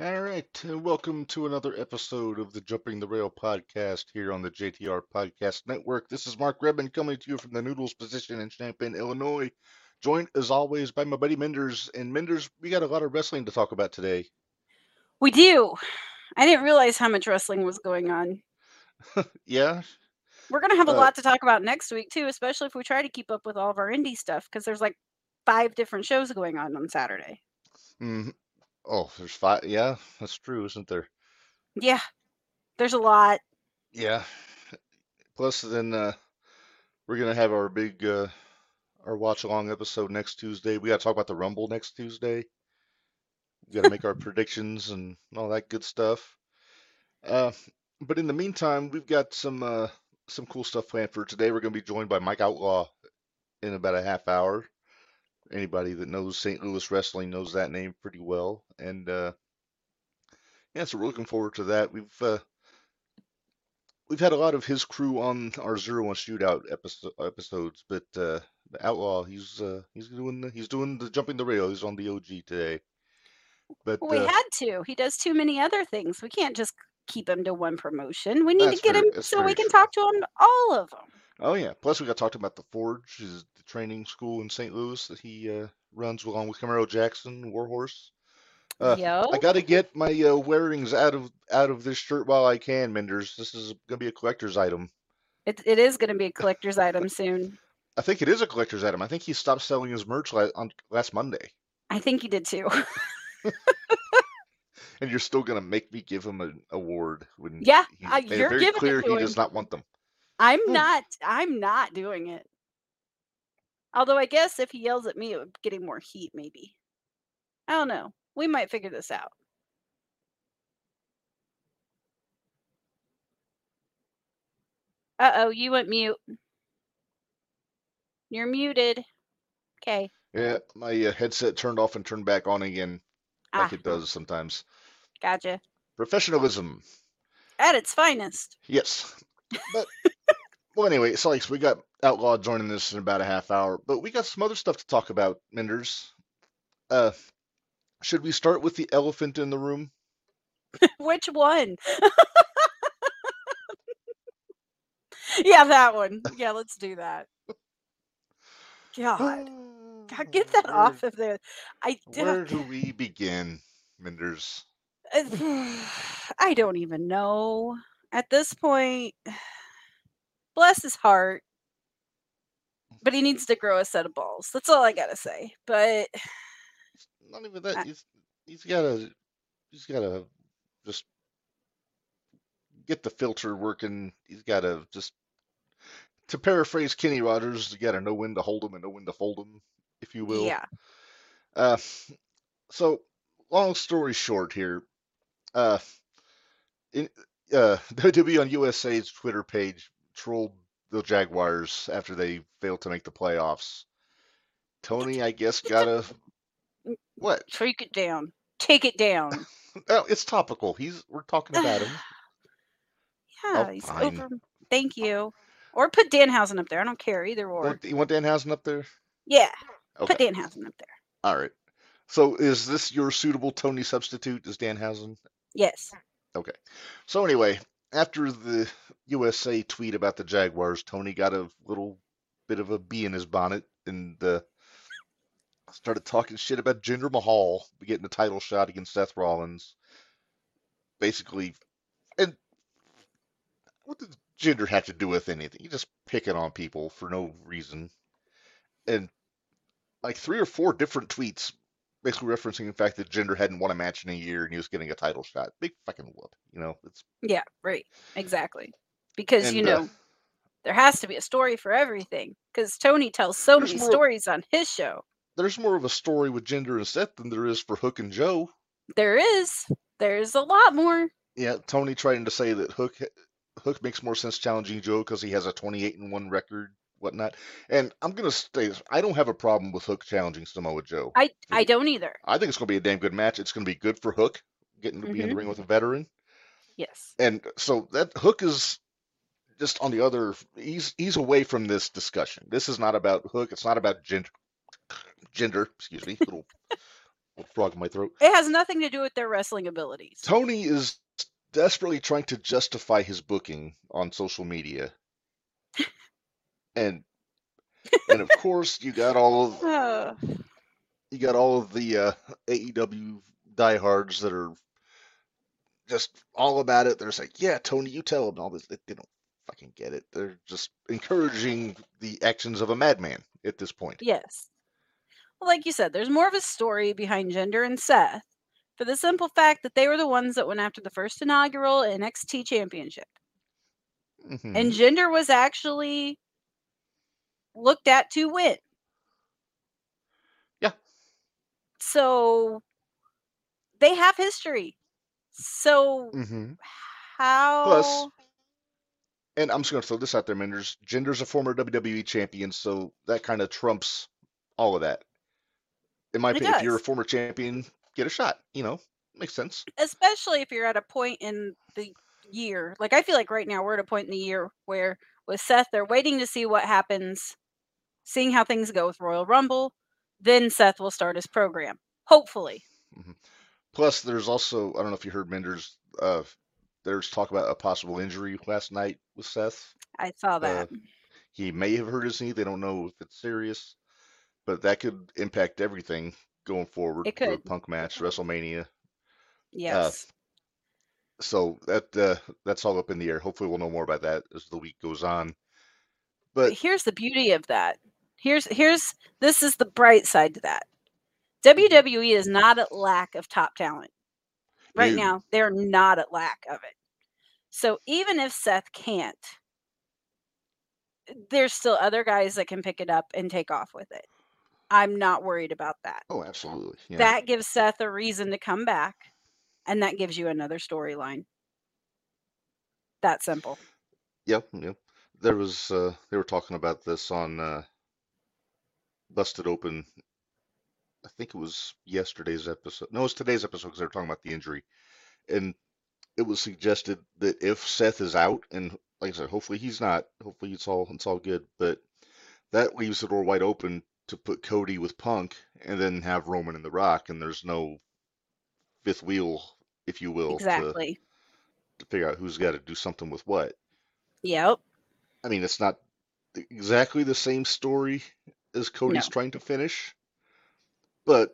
All right, uh, welcome to another episode of the Jumping the Rail podcast here on the JTR Podcast Network. This is Mark Redman coming to you from the Noodles position in Champaign, Illinois. Joined as always by my buddy Menders. And Menders, we got a lot of wrestling to talk about today. We do. I didn't realize how much wrestling was going on. Yeah, We're going to have a Uh, lot to talk about next week, too, especially if we try to keep up with all of our indie stuff because there's like five different shows going on on Saturday. mhm. Oh, there's five. Yeah, that's true, isn't there? Yeah, there's a lot. Yeah. Plus, then uh, we're gonna have our big uh, our watch along episode next Tuesday. We got to talk about the Rumble next Tuesday. We got to make our predictions and all that good stuff. Uh, but in the meantime, we've got some uh, some cool stuff planned for today. We're going to be joined by Mike Outlaw in about a half hour. Anybody that knows St. Louis wrestling knows that name pretty well, and uh, yeah, so we're looking forward to that. We've uh, we've had a lot of his crew on our Zero One Shootout episode, episodes, but uh, the Outlaw, he's uh, he's doing the, he's doing the jumping the rail. He's on the OG today, but Well, we uh, had to. He does too many other things. We can't just keep him to one promotion. We need That's to get very- him that's so very we can true. talk to him all of them. Oh yeah. Plus we got talked about the Forge, is the training school in St. Louis that he uh, runs along with Camaro Jackson, Warhorse. Uh, Yo. I gotta get my uh, wearings out of out of this shirt while I can, Menders. This is gonna be a collector's item. It, it is going to be a collector's item soon. I think it is a collector's item. I think he stopped selling his merch la on last Monday, I think you did too. and you're still gonna make me give him an award when yeah, he's I, made it you're very giving clear it to he him. does not want them. I'm Hmm. not. I'm not doing it. Although I guess if he yells at me, it would getting more heat. Maybe I don't know. We might figure this out. Uh oh, you went mute. You're muted. Okay. Yeah, my uh, headset turned off and turned back on again, Ah, like it does sometimes. gotcha. Professionalism. At its finest. Yes. But well anyway, it's like we got Outlaw joining this in about a half hour, but we got some other stuff to talk about, Menders. Uh should we start with the elephant in the room? Which one? yeah, that one. Yeah, let's do that. God, God get that off of there. I did. Oh, Where do we begin, Menders? I don't even know. At this point, bless his heart, but he needs to grow a set of balls. That's all I gotta say. But Not even I- that he's he's gotta he's gotta just get the filter working. He's gotta just to paraphrase Kenny Rogers, you gotta know when to hold him and know when to fold him, if you will. yeah, Uh, so long story short here, uh, in, uh, WWE on USA's Twitter page trolled the Jaguars after they failed to make the playoffs. Tony, I guess, got a what? take it down. Take it down. Oh, it's topical. He's we're talking about him. Yeah, he's Oh, fine. over. Thank you. Or put Danhausen up there. I don't care either You or. want, you want Danhausen up there? yeah, Okay, put Danhausen up there. all right. So is this your suitable Tony substitute? Is Danhausen? Yes. Okay. So anyway, after the USA tweet about the Jaguars, Tony got a little bit of a bee in his bonnet and uh, started talking shit about Jinder Mahal getting a title shot against Seth Rollins. Basically, and what did Jinder have to do with anything? He just picking on people for no reason. And like three or four different tweets basically referencing the fact that Jinder hadn't won a match in a year and he was getting a title shot. Big fucking whoop. You know, it's Yeah. Right. Exactly. Because you Mm. and, uh, know there has to be a story for everything. Because Tony tells so There's many more- stories on his show. there's more of a story with Jinder and Seth than there is for Hook and Joe. There is. There's a lot more. Yeah, Tony trying to say that Hook Hook makes more sense challenging Joe because he has a 28 and one record, whatnot. And I'm gonna say this, I don't have a problem with Hook challenging Samoa Joe. I Yeah. I don't either. I think it's gonna be a damn good match. It's gonna be good for Hook getting to be in the ring with a veteran, Yes. and so that Hook is just on the other. He's he's away from this discussion. This is not about Hook. It's not about Jinder. Jinder, excuse me, little frog in my throat. It has nothing to do with their wrestling abilities. Tony is desperately trying to justify his booking on social media. and and of course you got all of Ugh. you got all of the uh, AEW diehards that are just all about it. They're just like, yeah, Tony, you tell them all this. They, they don't fucking get it. They're just encouraging the actions of a madman at this point. yes. Well, like you said, there's more of a story behind Gender and Seth for the simple fact that they were the ones that went after the first inaugural NXT championship. Mhm. and gender was actually looked at to win. Yeah. So they have history. So Mhm. how And I'm just going to throw this out there, Menders. Gender's a former WWE champion, so that kind of trumps all of that. In my It opinion, if you're a does. former champion, get a shot. You know, makes sense. especially if you're at a point in the year. Like I feel like right now we're at a point in the year where with Seth they're waiting to see what happens, seeing how things go with Royal Rumble, then Seth will start his program. Hopefully. Mm-hmm. Plus, there's also, I don't know if you heard Menders, uh, there's talk about a possible injury last night with Seth. I saw that. He may have hurt his knee. They don't know if it's serious, but that could impact everything going forward. It The could. Punk match, WrestleMania. yes. so that uh, that's all up in the air. Hopefully, we'll know more about that as the week goes on. But here's the beauty of that. Here's here's this is the bright side to that. WWE is not at lack of top talent. Right No. now, they're not at lack of it. So even if Seth can't, there's still other guys that can pick it up and take off with it. I'm not worried about that. oh, absolutely, yeah. That gives Seth a reason to come back, and that gives you another storyline. That simple. yep, yep. There was uh, they were talking about this on uh, Busted Open. I think it was yesterday's episode. No, it's today's episode because they were talking about the injury, and it was suggested that if Seth is out, and like I said, hopefully he's not. Hopefully it's all it's all good, but that leaves the door wide open to put Cody with Punk and then have Roman and The Rock, and there's no fifth wheel, if you will, to, exactly. to figure out who's got to do something with what. Yep. I mean, it's not exactly the same story as Cody's trying to finish, but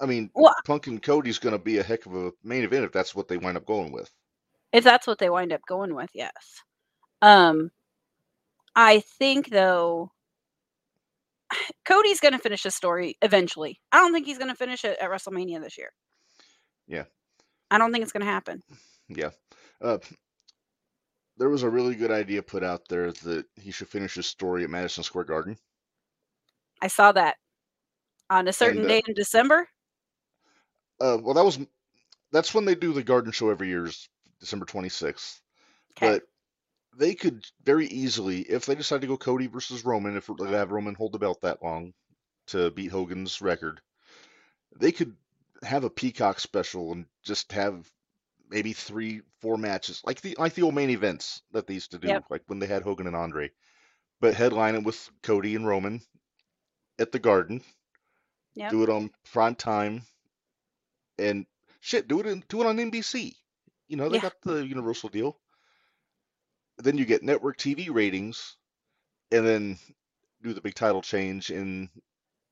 I mean, Well- Punk and Cody's going to be a heck of a main event if that's what they wind up going with. if that's what they wind up going with yes um i think though cody's going to finish his story eventually i don't think he's going to finish it at wrestlemania this year Yeah. i don't think it's going to happen Yeah. Uh, there was a really good idea put out there that he should finish his story at Madison Square Garden. i saw that on a certain uh, day in december Uh, well, that was that's when they do the garden show every year, is December 26th. okay But they could very easily, if they decide to go Cody versus Roman, if we're going to have Roman hold the belt that long to beat Hogan's record, they could have a Peacock special and just have maybe three, four matches, like the like the old main events that they used to do, Yep. like when they had Hogan and Andre. But headline it with Cody and Roman at the Garden. Yep. Do it on prime time, and shit, do it in, do it on NBC. You know they Yeah. got the Universal deal. Then you get network TV ratings, and then do the big title change in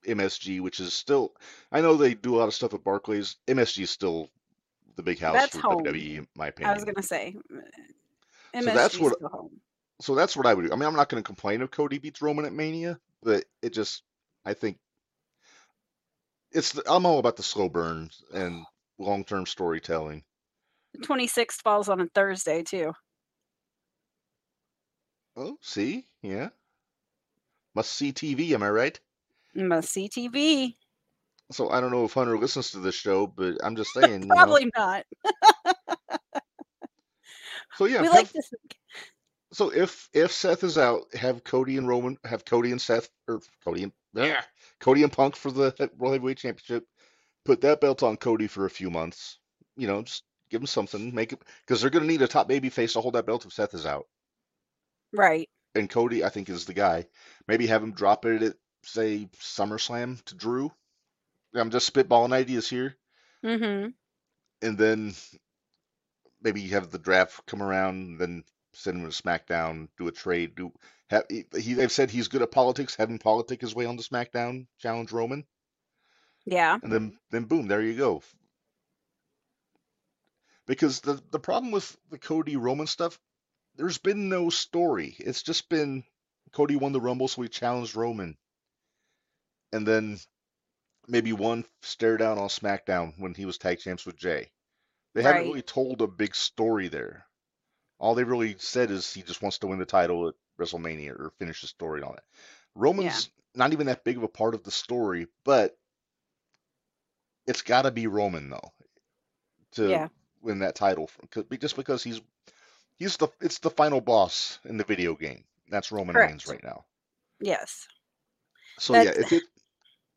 MSG, which is still. I know they do a lot of stuff at Barclays. MSG is still the big house That's for home. WWE, in my opinion. i was going to say MSG's that's what- still home. so that's what I would do. I mean, I'm not going to complain if Cody beats Roman at Mania, but it just, I think, it's. The, I'm all about the slow burns and long-term storytelling. 26th falls on a thursday too Oh, see, yeah, must see TV. Am I right? must see tv So I don't know if Hunter listens to this show, but I'm just saying. you know. probably not So yeah, we have- like to think so if if Seth is out, have Cody and Roman, have Cody and Seth or Cody and yeah, Cody and Punk for the he- World Heavyweight Championship. Put that belt on Cody for a few months. You know, just give him something. Make it because they're going to need a top baby face to hold that belt if Seth is out. right And Cody, I think, is the guy. Maybe have him drop it at say SummerSlam to Drew. I'm just spitballing ideas here, Mm-hmm. and then maybe have the draft come around, then send him to SmackDown, do a trade, do have he he- they've said he's good at politics, have him politic his way on the SmackDown, challenge Roman, Yeah. and then then boom, there you go. Because the the problem with the Cody Roman stuff, there's been no story. It's just been Cody won the Rumble, so he challenged Roman, and then maybe one stare down on SmackDown when he was tag champs with Jay. They haven't Right. really told a big story there. All they really said is he just wants to win the title at WrestleMania or finish the story on it. Yeah. Roman's not even that big of a part of the story, but it's got to be Roman though to Yeah. win that title from 'cause- be- just because he's he's the it's the final boss in the video game. That's Roman Reigns Correct. right now. Yes. So yeah, That's if it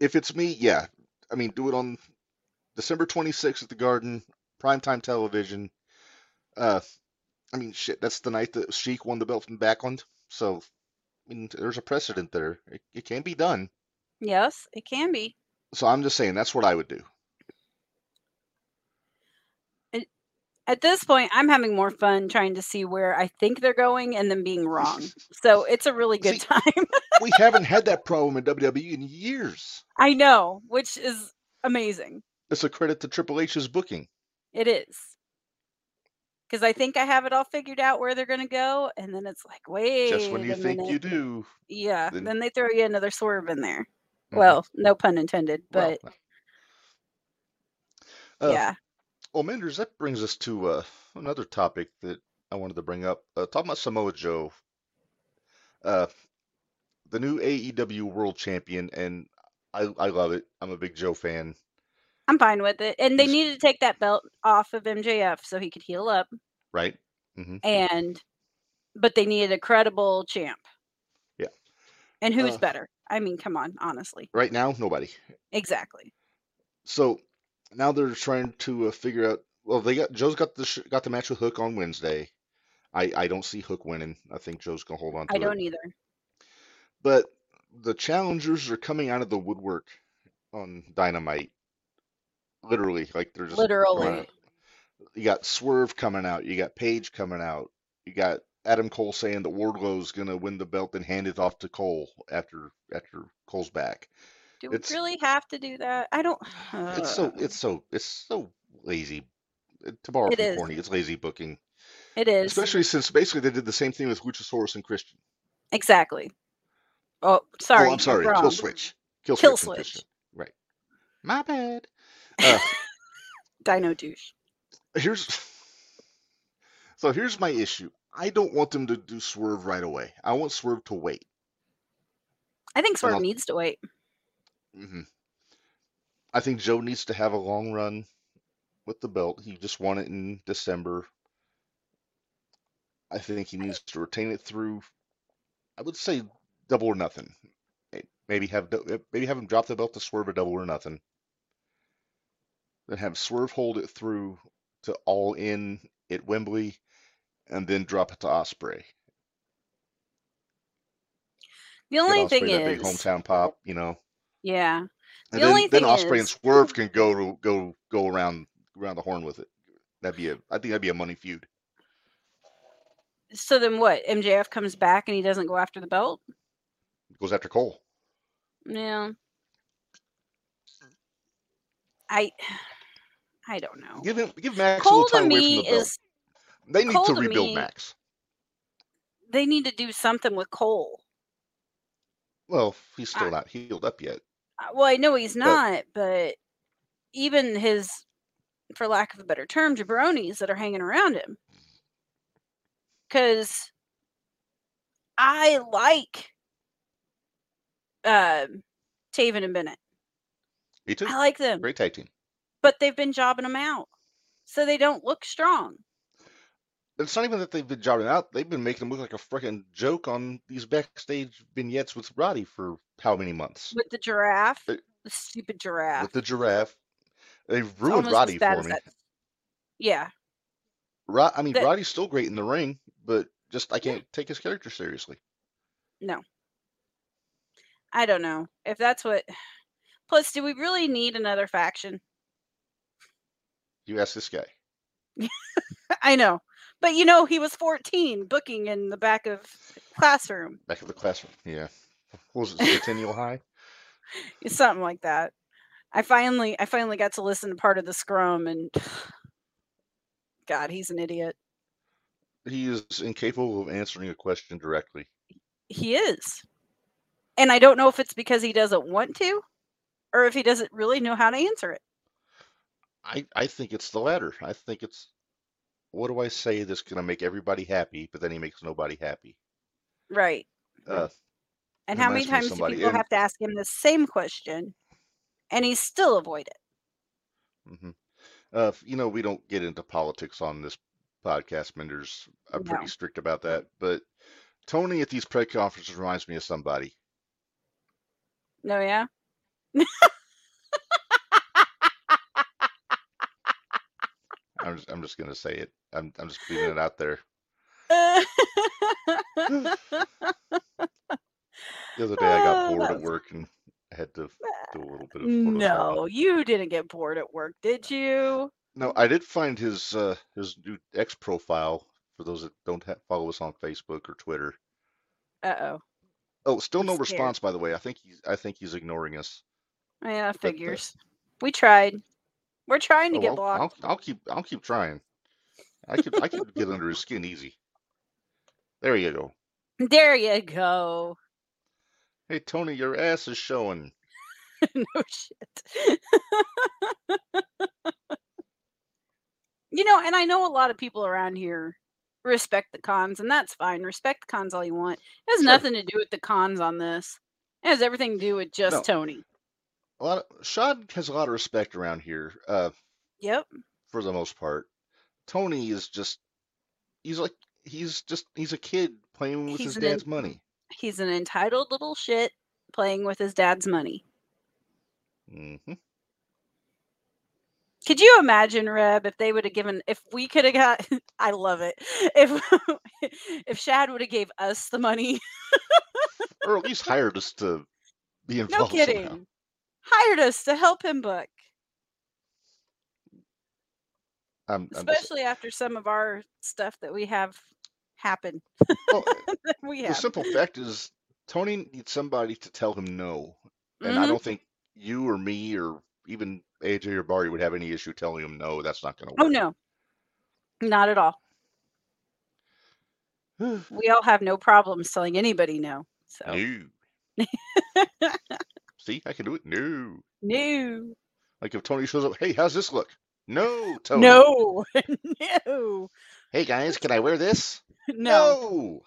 if it's me, yeah, I mean do it on December 26th at the Garden, primetime television. Uh, I mean shit, that's the night that Sheik won the belt from Backlund. So I mean, there's a precedent there. It, it can be done. yes, it can be. So I'm just saying that's what I would do. And at this point, I'm having more fun trying to see where I think they're going and then being wrong. So it's a really good See, time. we haven't had that problem in WWE in years. I know, which is amazing. It's a credit to Triple H's booking. It is. Because I think I have it all figured out where they're going to go. And then it's like, Just when wait you a think minute. you do, Mm-hmm. Yeah. then Then they throw you another swerve in there. mhm, Well, no pun intended, well, but uh, yeah. well, Manders, that brings us to uh, another topic that I wanted to bring up. Uh, talking about Samoa Joe, uh, the new AEW World Champion, and I, I love it. I'm a big Joe fan. I'm fine with it. And they He's needed to take that belt off of MJF so he could heal up. right. hmm And, but they needed a credible champ. Yeah. And who's Uh, better? I mean, come on, honestly. right now, nobody. Exactly. So now they're trying to uh, figure out. Well, they got Joe's got the sh got the match with Hook on Wednesday. I I don't see Hook winning. I think Joe's gonna hold on I to it. don't either. But the challengers are coming out of the woodwork on Dynamite. Literally, like they're just coming Literally. out. You got Swerve coming out. You got Paige coming out. You got Adam Cole saying that Wardlow's gonna win the belt and hand it off to Cole after after Cole's back. Do we It's really have to do that? I don't. it's Uh, so it's so it's so lazy. Uh, To borrow it from is. Corny, it's lazy booking. It is. Especially since basically they did the same thing with Luchasaurus and Christian. Exactly. Oh, Oh, I'm sorry. I'm sorry, Kill wrong. Switch. Kill Kill Switch and Christian. switch. Right. My bad. Uh, Dino douche. here's so here's my issue. I don't want them to do Swerve right away. I want Swerve to wait, I think and Swerve I'll. needs to wait. mhm. I think Joe needs to have a long run with the belt. He just won it in December. I think he needs to retain it through. I would say double or nothing. Eh, Maybe have dou- eh, maybe have him drop the belt to Swerve a double or nothing. then have Swerve hold it through to All In at Wembley, and then drop it to Osprey. The Get only thing Osprey that big is, hometown pop, you know, yeah. The and then only then thing Osprey and is, Swerve can go to go go around around the horn with it. That'd be a I think that'd be a money feud. so then what? MJF comes back and he doesn't go after the belt? goes after Cole. Yeah. I I don't know. Give him give Max a little Cole time to away from the me belt. is They need Cole to to rebuild me. Max. They need to do something with Cole. Well, he's I, still not healed up yet, I- Uh, well, I know he's but not, but even his, for lack of a better term, jabronis that are hanging around him, because I like um Taven and Bennett. me too. I like them, Great tag team. but they've been jobbing them out, so they don't look strong. It's not even that they've been jobbing out. They've been making him look like a freaking joke on these backstage vignettes with Roddy for how many months? With the giraffe, They- the stupid With giraffe, the giraffe, They've it's ruined almost as Roddy bad for as me. that. Yeah, Rod, I mean, that Roddy's still great in the ring, but just I yeah, can't take his character seriously. no, I don't know if that's what. Plus, do we really need another faction? You ask this guy. I know. But you know, he was 14 booking in the back of classroom, Back of the classroom. Yeah. What was it, Centennial High? something like that. I finally I finally got to listen to part of the scrum and God, he's an idiot. He is incapable of answering a question directly. He is. And I don't know if it's because he doesn't want to or if he doesn't really know how to answer it. I, I think it's the latter. I think it's what do I say that's going to make everybody happy, but then he makes nobody happy. Right. Uh, And It how reminds me many of times do somebody, people and- have to ask him the same question and he still avoid it? hmm Uh, f- you know, we don't get into politics on this podcast, Menders. I'm pretty No. strict about that. But Tony at these press conferences reminds me of somebody. No, yeah. I'm just, I'm just gonna say it. I'm I'm just leaving it out there. The other day, I got Oh, bored that at was- work and I had to do a little bit of photoshopping. no, you didn't get bored at work, did you? No, I did find his uh, his new X profile for those that don't ha follow us on Facebook or Twitter. Uh oh. Oh, still I'm no scared. response, by the way. I think he's I think he's ignoring us. Yeah, But uh, figures. We tried. We're trying to oh, get I'll, I'll blocked. I'll keep I'll keep trying. I could I could get under his skin easy. There you go. There you go. Hey Tony, your ass is showing. no shit. you know, and I know a lot of people around here respect the cons, and that's fine. Respect the cons all you want. It has Sure. nothing to do with the cons on this. It has everything to do with just No, Tony. a lot of Shad has a lot of respect around here, uh, Yep. for the most part. Tony is just he's like he's just he's a kid playing with He's his an en- dad's money. he's an entitled little shit playing with his dad's money. hmm Could you imagine, Reb, if they would have given, if we could have got, I love it. If if Shad would have gave us the money, Or at least hired us to be no involved somehow. kidding, hired us to help him book, I'm I'm just especially after some of our stuff that we have happen. well, that we the have. simple fact is Tony needs somebody to tell him no, and I hmm don't think you or me or even AJ or Barry would have any issue telling him no. That's not going to Oh, work. no, not at all. We all have no problems telling anybody no. So, no. See, I can do it. No. no, Like if Tony shows up, hey, how's this look? No, Tony. no, no, Hey guys, can I wear this? no. No.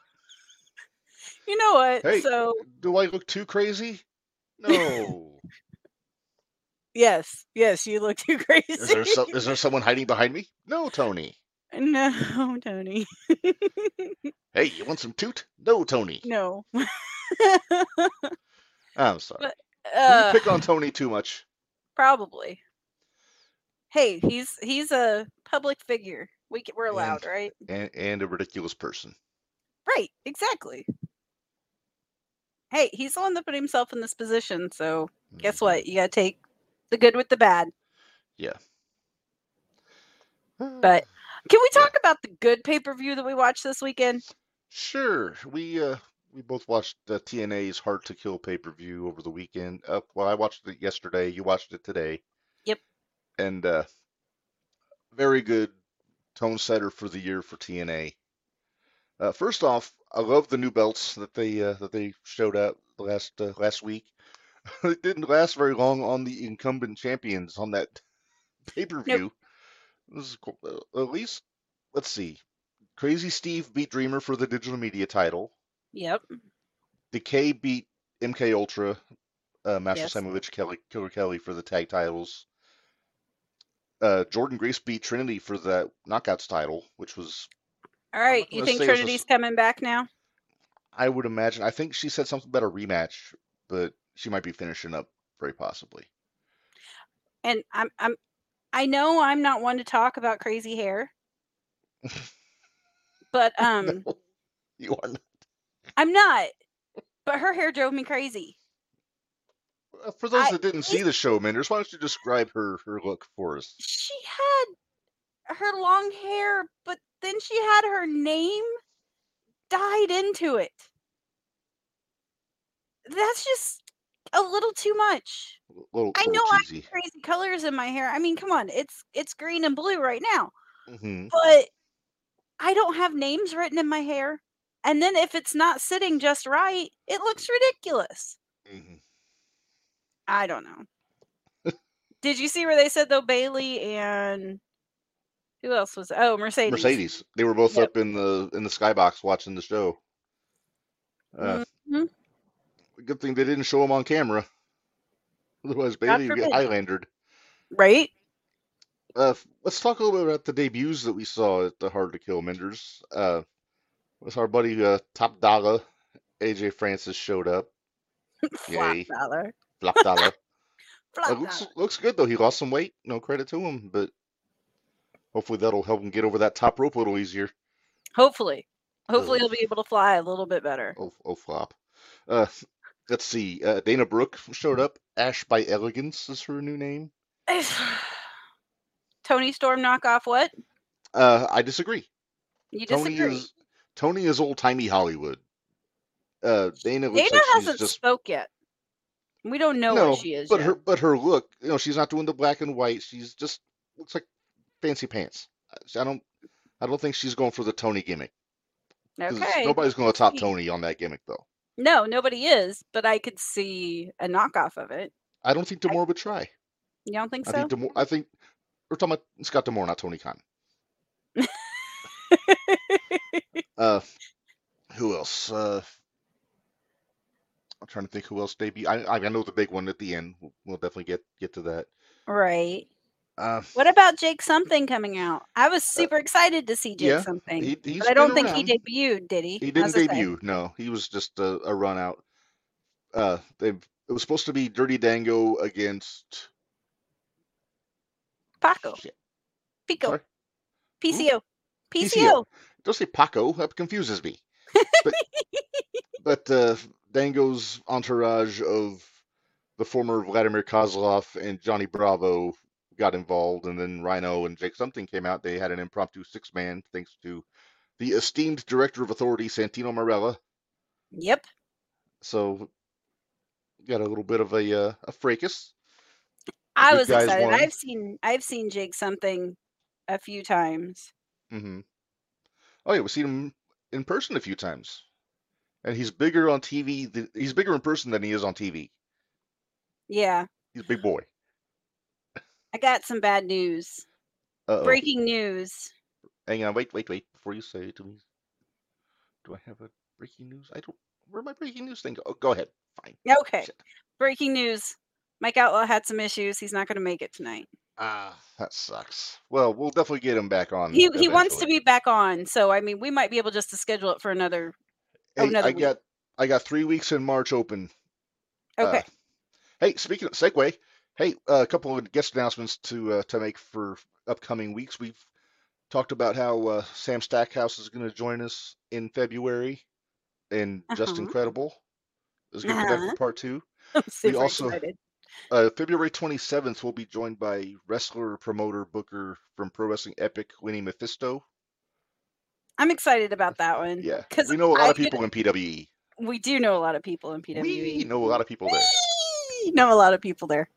You know what? Hey, So, do I look too crazy? No. Yes, yes, you look too Is crazy. there so is there someone hiding behind me? No, Tony. no, Tony. Hey, you want some toot? No, Tony. no. I'm sorry. but Do we uh pick on Tony too much? probably. Hey, he's he's a public figure. We c- we're And allowed, right? and and a ridiculous person. Right, exactly. Hey, he's the one that put himself in this position, so guess hmm what? You got to take the good with the bad. Yeah. Mm-hmm. But can we Yeah. talk about the good pay-per-view that we watched this weekend? Sure. We uh we both watched uh, TNA's Hard to Kill pay-per-view over the weekend. Uh, well, I watched it yesterday. You watched it today, Yep. and uh, very good tone setter for the year for TNA. Uh, first off, I love the new belts that they uh, that they showed out the last uh, last week. It didn't last very long on the incumbent champions on that Nope. pay-per-view. This is cool. Uh, At least, let's see. Crazy Steve beat Dreamer for the digital media title. Yep. Decay beat MK Ultra, uh, Master Yes. Samovich Kelly, Killer Kelly for the tag titles. Uh, Jordan Grace beat Trinity for the Knockouts title, which was, I'm All not right, you going to think say it was a, s- Trinity's coming back now? I would imagine, I think she said something about a rematch, but she might be finishing up very possibly. And I'm I'm I know I'm not one to talk about crazy hair, but No, um you are not. I'm not. But her hair drove me crazy. Uh, For those I- that didn't see the show, Menders, why don't you describe her her look for us? she had her long hair, but then she had her name dyed into it. That's just a little too much. A little, I little know I- cheesy. Crazy colors in my hair. I mean, come on, it's it's green and blue right now, Mhm. but I don't have names written in my hair. And then if it's not sitting just right, it looks ridiculous. Mhm. I don't know. Did you see where they said though Bailey and who else was oh Mercedes. Mercedes. They were both Yep. up in the in the skybox watching the show. Uh, Mhm. Good thing they didn't show him on camera. Otherwise, Bailey would get forbid. Highlandered. Right? Uh, f- let's talk a little bit about the debuts that we saw at the Hard to Kill Menders. Uh, with our buddy uh, Top Dollar, AJ Francis showed up. Flop Yay. dollar. Flop Dollar. Flop Uh, dollar. looks looks good though. He lost some weight. No credit to him, but hopefully that'll help him get over that top rope a little easier. Hopefully. Hopefully Ugh. he'll be able to fly a little bit better. Oh, oh flop. Uh, let's see. Uh, Dana Brooke Mm. showed up. Ash by Elegance is her new name. Tony Storm knockoff what? Uh, I disagree. You Tony disagree. is Tony is old timey Hollywood. Uh, Dana looks Dana like she's hasn't just spoke yet. We don't know no, what she is but yet. her but her look, you know, she's not doing the black and white. She's just looks like fancy pants. I I don't I don't think she's going for the Tony gimmick. 'cause okay. Nobody's going to top see. Tony on that gimmick though. No, nobody is, but I could see a knockoff of it. I don't think I- Demore would try. You don't think I so? think Demore. I think we're talking about Scott Demore, not Tony Khan. Uh, who else? Uh, I'm trying to think who else debuted. I I I know the big one at the end. We'll, we'll definitely get get to that. right. Uh, What about Jake Something coming out? I was super excited to see Jake yeah, Something. he, he's but I been don't think he around. debuted, did he? He How's didn't it say? debut. No, he was just a, a run out. Uh, they it was supposed to be Dirty Dango against Paco. shit, Pico. sorry. Hmm? PCO. PCO. PCO. Don't say Paco. That confuses me. But, but uh, Dango's entourage of the former Vladimir Kozlov and Johnny Bravo got involved, and then Rhino and Jake Something came out. They had an impromptu six man, thanks to the esteemed director of authority, Santino Marella. Yep. So got a little bit of a uh, a fracas. I good was guys excited. won. I've seen I've seen Jake something a few times. hmm Oh yeah, we've seen him in person a few times, and he's bigger on TV. Th- he's bigger in person than he is on TV. Yeah. He's a big boy. I got some bad news. Uh oh. Breaking news. Hang on, wait, wait, wait. Before you say it to me, do I have a breaking news? I don't. Where my breaking news thing? Go? Oh, go ahead. Fine. Okay. Shit. Breaking news. Mike Outlaw had some issues. He's not going to make it tonight. Ah, that sucks. Well, we'll definitely get him back on. He he wants to eventually. be back on. So I mean, we might be able just to schedule it for another. oh, Hey, another I week. got I got three weeks in March open. Okay. Uh, hey, speaking of segue, hey, uh, a couple of guest announcements to uh, to make for upcoming weeks. We've talked about how uh, Sam Stackhouse is going to join us in February, and Just Uh-huh. Incredible is going to come back Uh-huh. for part two. I'm super also- excited. Uh, February 27th, we'll be joined by wrestler, promoter, booker from Pro Wrestling Epic, Winnie Mephisto. I'm excited about that one. Yeah, 'Cause we know a lot I of people in PWE. We do know a lot of people in PWE. We know a lot of people there. We know a lot of people there.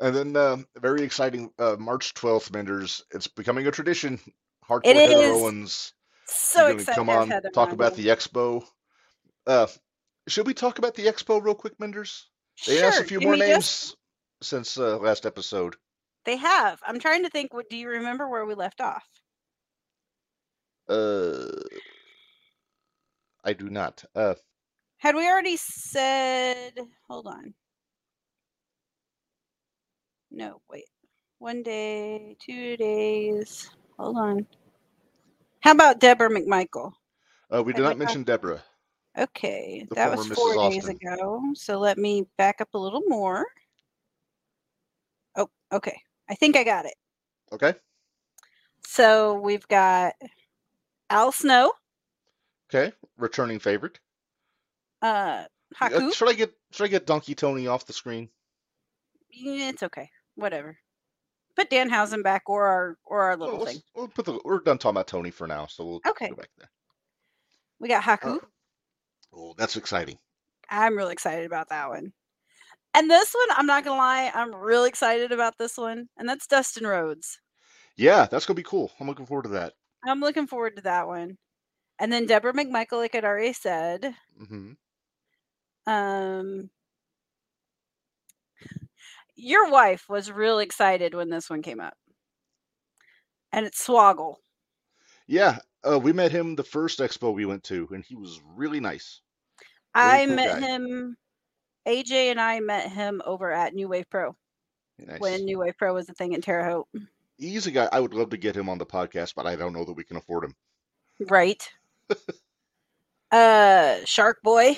And then um very exciting uh, March 12th, Menders. It's becoming a tradition. Hardcore It Heather is. Owens. So you're gonna excited come to have on, Heather talk on about here. the expo. Uh, should we talk about the expo real quick, Menders? They asked a Sure, few give more me names just- since uh, last episode. They have. I'm trying to think. What do you remember where we left off? Uh, I do not. Uh, Had we already said? Hold on. No, wait. One day, two days. Hold on. How about Deborah McMichael? uh, we did not Have I got- mention Deborah. Okay, The that former was Mrs. four days Austin. ago. So let me back up a little more. Oh, okay. I think I got it. Okay. So we've got Al Snow, Okay. Returning favorite. uh, Uh, Haku? Should I get should I get Donkey Tony off the screen? Yeah, it's okay. Whatever. Put Danhausen back or our or our Well, little Oh, let's- thing. we'll put the, we're done talking about Tony for now, so uh, we'll Okay. go back there. We got Haku. Oh, that's exciting. I'm really excited about that one. And this one, I'm not gonna lie, I'm really excited about this one. And that's Dustin Rhodes. Yeah, that's gonna be cool. I'm looking forward to that. I'm looking forward to that one. And then Deborah McMichael, like I'd already said. hmm Um your wife was really excited when this one came up. And it's Swoggle. Yeah, uh, we met him the first expo we went to, and he was really nice. I cool met guy. him AJ and I met him over at New Wave Pro Nice. when New Wave Pro was a thing in Terre Haute. He's a guy I would love to get him on the podcast, but I don't know that we can afford him. Right. uh Shark Boy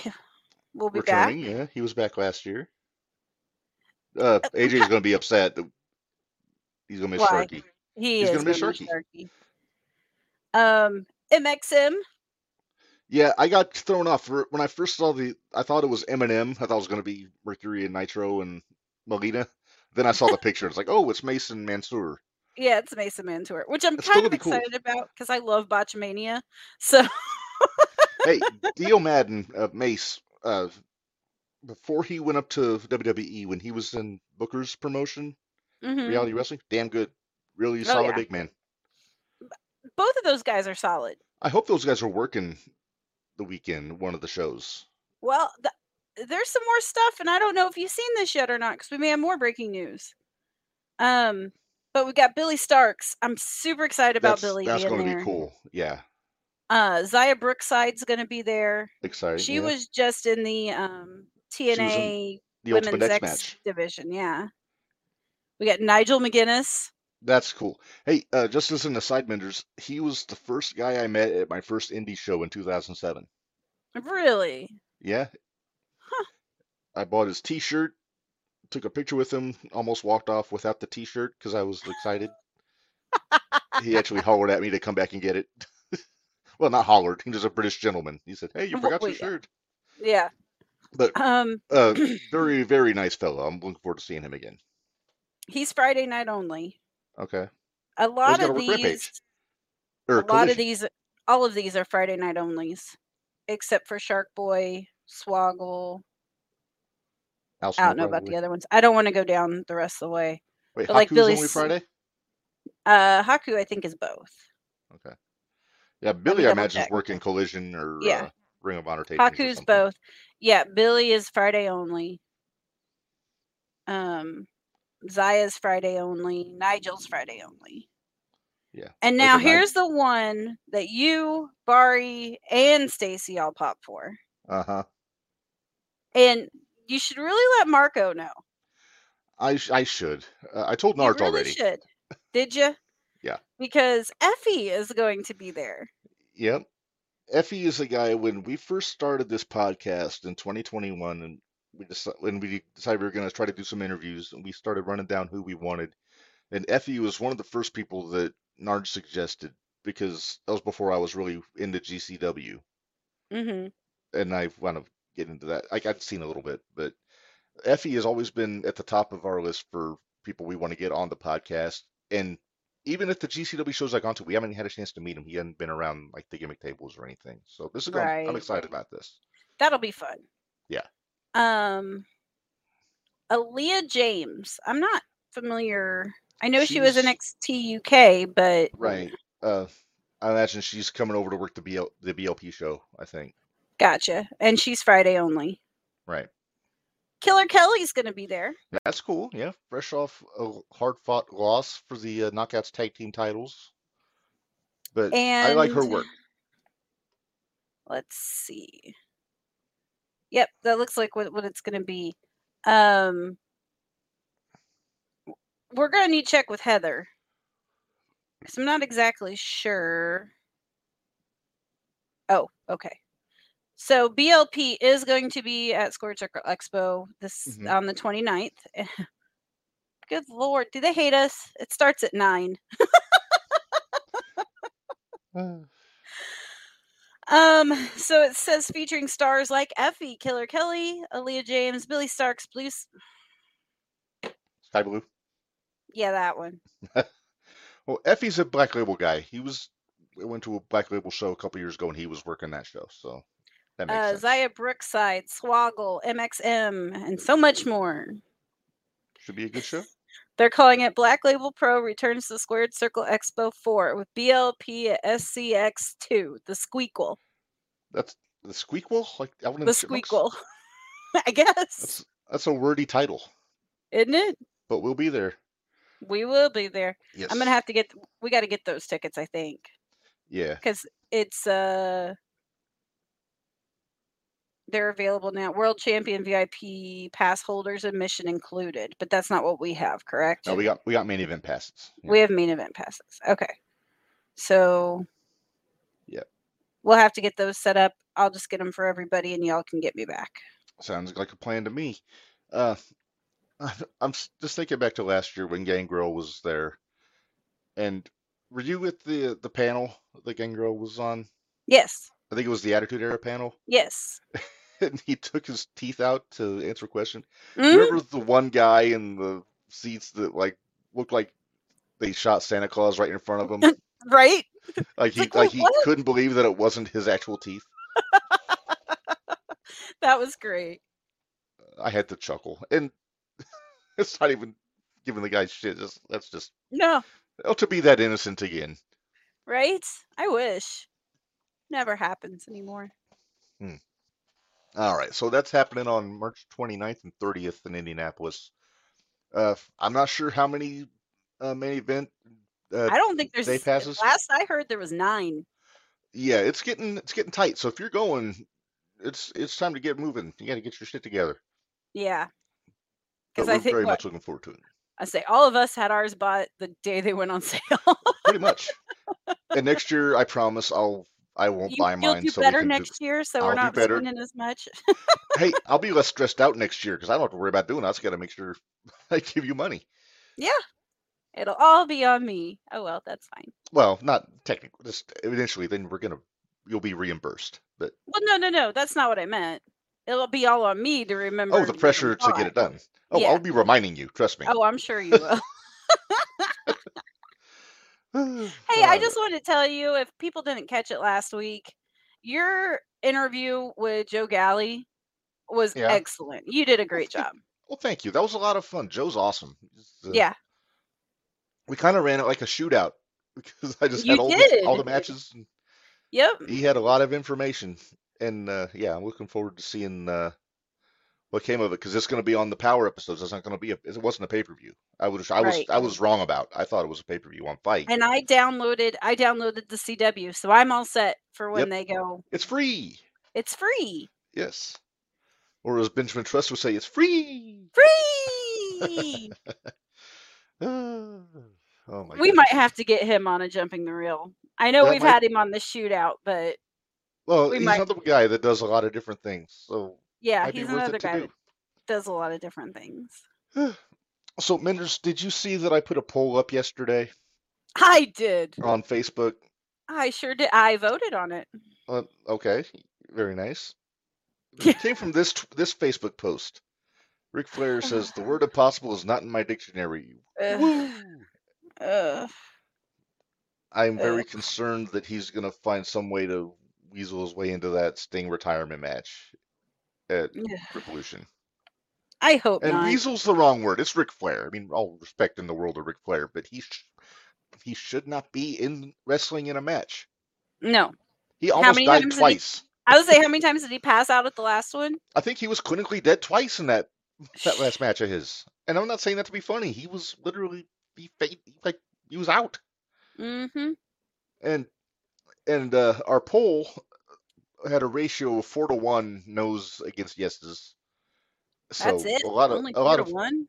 will be back. Returning, yeah, he was back last year. Uh, AJ's gonna be upset. that- He's gonna miss Why? Sharky. He He's is gonna miss gonna be Sharky. Um MXM. Yeah, I got thrown off for, when I first saw the. I thought it was Eminem. I thought it was going to be Mercury and Nitro and Melina. Then I saw the picture. It's like, oh, it's Mason Mansoor. Yeah, it's Mason Mantour, which I'm It's still kind of gonna be cool. excited about because I love Botchmania. So Hey, Dio Madden, uh, Mace, uh, before he went up to WWE, when he was in Booker's promotion, mhm. Reality Wrestling, damn good, really Oh, solid yeah. big man. both of those guys are solid. I hope those guys are working the weekend, one of the shows. Well, th- there's some more stuff, and I don't know if you've seen this yet or not because we may have more breaking news. Um, but we got Billy Starks. I'm super excited about That's Billy that's being going to there. be cool. Yeah, Uh, Zaya Brookside's going to be there. exciting. She yeah. was just in the um, was in TNA the Ultimate Women's X X match. division. Yeah, we got Nigel McGuinness. That's cool. Hey, uh, just as an aside, Menders, he was the first guy I met at my first indie show in 2007. Really? Yeah. I bought his t-shirt, took a picture with him, almost walked off without the t-shirt because I was excited. He actually hollered at me to come back and get it. Well, not hollered. He was a British gentleman. He said, "Hey, you Wh- forgot your wait, yeah. shirt." Yeah. But Um, uh, very, very nice fellow. I'm looking forward to seeing him again. he's Friday night only. Okay. A lot gotta of work Rampage. these, Or a lot of Collision. these, all of these are Friday night onlys, except for Shark Boy, Swoggle. Al I Snow don't know about probably. the other ones. I don't want to go down the rest of the way. Wait, but, like, Haku's Billy only S- Friday? Uh, Haku, I think, is both. Okay. Yeah, Billy, I double imagine, is check. working Collision or Yeah. uh, Ring of Honor tapings. or Haku's something. both. Yeah, Billy is Friday only. Um, Zaya's Friday only. Nigel's Friday only. Yeah, And like now the Nig- here's the one that you, Bari, and Stacy all pop for. Uh-huh. And you should really let Marco know. I sh- I should. Uh, I told You Nart really already. should. Did you? Yeah. Because Effie is going to be there. Yep. Effie is a guy when we first started this podcast in 2021 and we decided when we decided we were going to try to do some interviews and we started running down who we wanted. And Effie was one of the first people that Nard suggested because that was before I was really into GCW hmm and I want to get into that. Like I'd seen a little bit, but Effie has always been at the top of our list for people we want to get on the podcast. And even at the GCW shows I've gone to, we haven't had a chance to meet him. He hadn't been around like the gimmick tables or anything. So this is going, Right. I'm excited about this. That'll be fun. Yeah. Um, Aaliyah James. I'm not familiar. I know she was in She's- XT UK, but Right. Uh, I imagine she's coming over to work the BL, the BLP show, I think. gotcha. And she's Friday only. Right. Killer Kelly's going to be there. That's cool. Yeah. Fresh off a hard-fought loss for the uh, Knockouts tag team titles. But I like her And- work. let's see yep that looks like what, what it's gonna be um w- we're gonna need to check with heather because i'm not exactly sure oh okay so blp is going to be at squared circle expo this Mhm. on the 29th good lord do they hate us it starts at nine Uh, Um, so it says featuring stars like Effie, Killer Kelly, Aaliyah James, Billy Starks, Blue. S- Sky Blue. Yeah, that one. Well, Effie's a black label guy. He was I went to a black label show a couple years ago and he was working that show, so that makes Uh, sense. Zaya Brookside, Swoggle, MXM, and so much more. Should be a good show. They're calling it Black Label Pro Returns to Squared Circle Expo 4 with BLP at SCX2, the squeakle. That's the Squeakquel, like Alvin and The Chipmunks? squeakle. I guess. That's that's a wordy title, Isn't it? but we'll be there. We will be there. Yes. I'm gonna have to get we gotta get those tickets, I think. Yeah. Because it's uh they're available now. World champion VIP pass holders admission included, but that's not what we have, correct? No, we got we got main event passes. Yeah. We have main event passes. Okay. So Yep. We'll have to get those set up. I'll just get them for everybody and y'all can get me back. Sounds like a plan to me. Uh, I'm s- just thinking back to last year when Gangrel was there, and were you at the the panel that Gangrel was on? Yes. I think it was the Attitude Era panel, Yes. and he took his teeth out to answer a question. Mhm. Remember the one guy in the seats that like looked like they shot Santa Claus right in front of him? Right? Like he like, like he "What?" couldn't couldn't believe that it wasn't his actual teeth. That was great. I had to chuckle, and it's not even giving the guy shit. Just, that's just No, oh, to be that innocent again. right? I wish. Never happens anymore. All right, so that's happening on March 29th and 30th in Indianapolis. Uh, f- I'm not sure how many uh, main event. Uh, I don't think there's passes? last I heard there was nine. yeah, it's getting it's getting tight. So if you're going, it's it's time to get moving. You got to get your shit together. Yeah. But Because I we're think very what, much looking forward to it. I say all of us had ours bought the day they went on sale. Pretty much. and next year, I promise I'll I won't you, buy will mine. do so we better can do- next year, so I'll we're do not better. spending as much. hey, I'll be less stressed out next year because I don't have to worry about doing. that. I just got to make sure I give you money. It'll all be on me. Oh well, that's fine. Well, not technically. Just initially, then we're gonna you'll be reimbursed. But Well, no, no, no, that's not what I meant. It'll be all on me to remember. oh, the what we pressure to bought. get it done. Oh, Yeah. I'll be reminding you. Trust me. Oh, I'm sure you will. Hey, I just want to tell you if people didn't catch it last week, your interview with Joe Galley was Yeah. excellent. You did a great thank- job. well, thank you. That was a lot of fun. Joe's awesome. He's, uh, Yeah. we kind of ran it like a shootout because I just You had all the, all did. the matches. And Yep. he had a lot of information, and uh, yeah, I'm looking forward to seeing uh, what came of it because it's going to be on the Power episodes. It's not going to be a. It wasn't a pay per view. I was I was Right. I was wrong about. I thought it was a pay per view on Fight. And I downloaded I downloaded the CW, so I'm all set for when they go. It's free. It's free. Yes. Or as Benjamin Trust would say, it's free. Free. Ah, oh my we goodness. might have to get him on a jumping the reel. I know That we've might- had him on the shootout, but Well, we he's might- another guy that does a lot of different things, so yeah, might be he's worth another it to guy do. that does a lot of different things. So, Menders, did you see that I put a poll up yesterday I did. on Facebook? I sure did. I voted on it. Uh, okay, very nice. It came from this t- this Facebook post. Ric Flair says the word impossible is not in my dictionary. Ugh. Woo! Ugh. I'm very concerned that he's going to find some way to weasel his way into that Sting retirement match at Yeah. Revolution. I hope And not. weasel's the wrong word. It's Ric Flair. I mean, all respect in the world of Ric Flair, but he sh- he should not be in wrestling in a match. No, He How almost many died times did he- twice. I would say how many times did he pass out at the last one? I think he was clinically dead twice in that that last match of his. And I'm not saying that to be funny. He was literally he fa- he, like he was out. Mm-hmm. And and uh, our poll had a ratio of four to one no's against yeses. So That's it. a lot of Only a four lot to of one.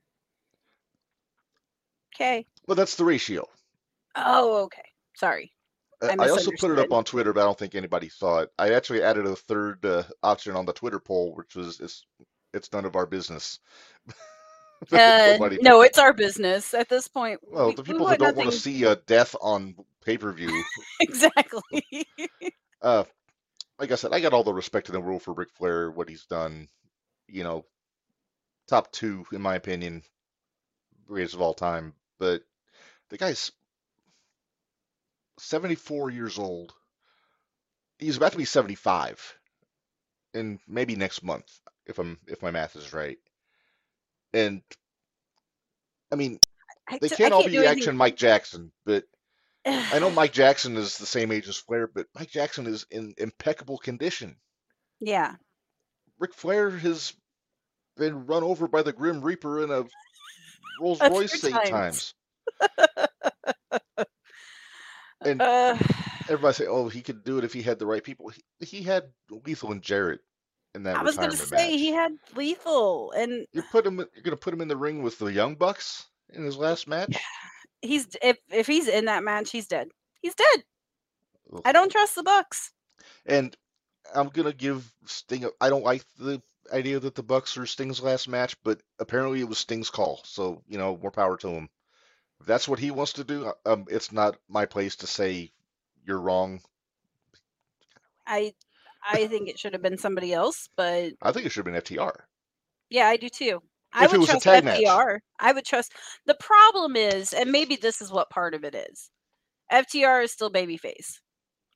Okay. well, that's the ratio. Oh, okay. Sorry. Uh, I I also put it up misunderstood. on Twitter, but I don't think anybody saw it. I actually added a third uh, option on the Twitter poll, which was it's it's none of our business. But Uh, nobody- no, it's our business at this point. well, we- the we people that don't want to nothing- see uh, death on pay per view. exactly. uh, like I said, I got all the respect in the world for Ric Flair, what he's done. You know, top two in my opinion, greatest of all time. But the guy's 74 years old. He's about to be 75, and maybe next month, if I'm if my math is right. And I mean, I they d- I can't all can't be do anything- action Mike Jackson, but I know Mike Jackson is the same age as Flair, but Mike Jackson is in impeccable condition. yeah. Ric Flair has been run over by the Grim Reaper in a Rolls A Royce few eight times. times. And Uh, everybody say, "Oh, he could do it if he had the right people." He, he had Lethal and Jarrett in that I was gonna retirement say match. he had lethal, and you put him. You're gonna put him in the ring with the Young Bucks in his last match. he's d- if if he's in that match, he's dead. He's dead. Ugh. I don't trust the Bucks. And I'm gonna give Sting. A, I don't like the idea that the Bucks are Sting's last match, but apparently it was Sting's call. So you know, more power to him. If that's what he wants to do, uh, um, it's not my place to say you're wrong. I I think it should have been somebody else, but I think it should have been FTR. yeah, I do too. I If it would was a trust tag match. FTR. I would trust. The problem is, and maybe this is what part of it is. FTR is still babyface,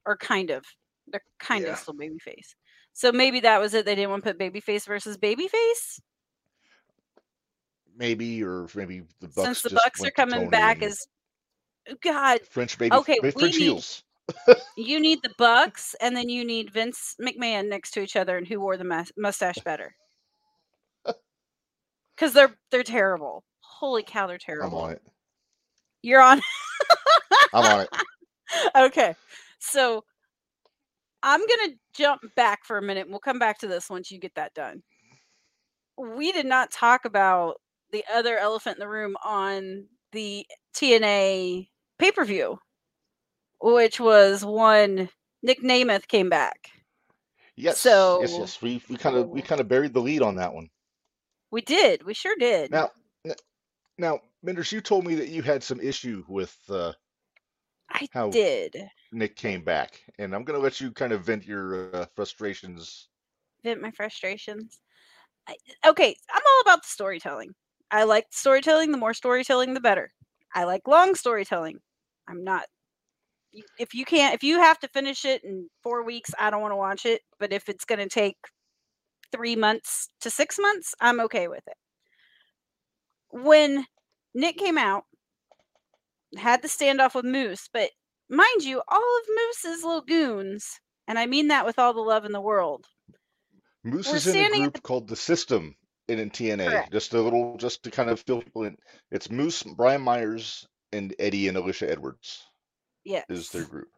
or kind of. They're kind Yeah. of still babyface. So maybe that was it. They didn't want to put babyface versus babyface Maybe, or maybe the Bucks. since the just Bucks are went to coming Tony back and as. oh God, French baby. Okay, ba- we French need- heels. you need the Bucks, and then you need Vince McMahon next to each other, and who wore the mus- mustache better? Because they're they're terrible. Holy cow, they're I'm terrible. on it. You're on. I'm on it. okay, so I'm gonna jump back for a minute. and We'll come back to this once you get that done. We did not talk about the other elephant in the room on the TNA pay per view, which was one Nick Namath came back. Yes. yes, So- yes. We we kind of we kind of buried the lead on that one. We did. We sure did. Now, n- now, Menders, you told me that you had some issue with uh, I how did. Nick came back, and I'm going to let you kind of vent your uh, frustrations. vent my frustrations. I, okay, I'm all about the storytelling. I like storytelling. The more storytelling, the better. I like long storytelling. I'm not. you- If you can't, if you have to finish it in four weeks, I don't want to watch it. But if it's going to take three months to six months, I'm okay with it. When Nick came out, had the standoff with Moose, but mind you, all of Moose's little goons, and I mean that with all the love in the world, Moose We're is in a standing at group called the System in, in TNA. Correct. Just a little, just to kind of fill people in. It's Moose, Brian Myers, and Eddie and Alicia Edwards yes, is their group.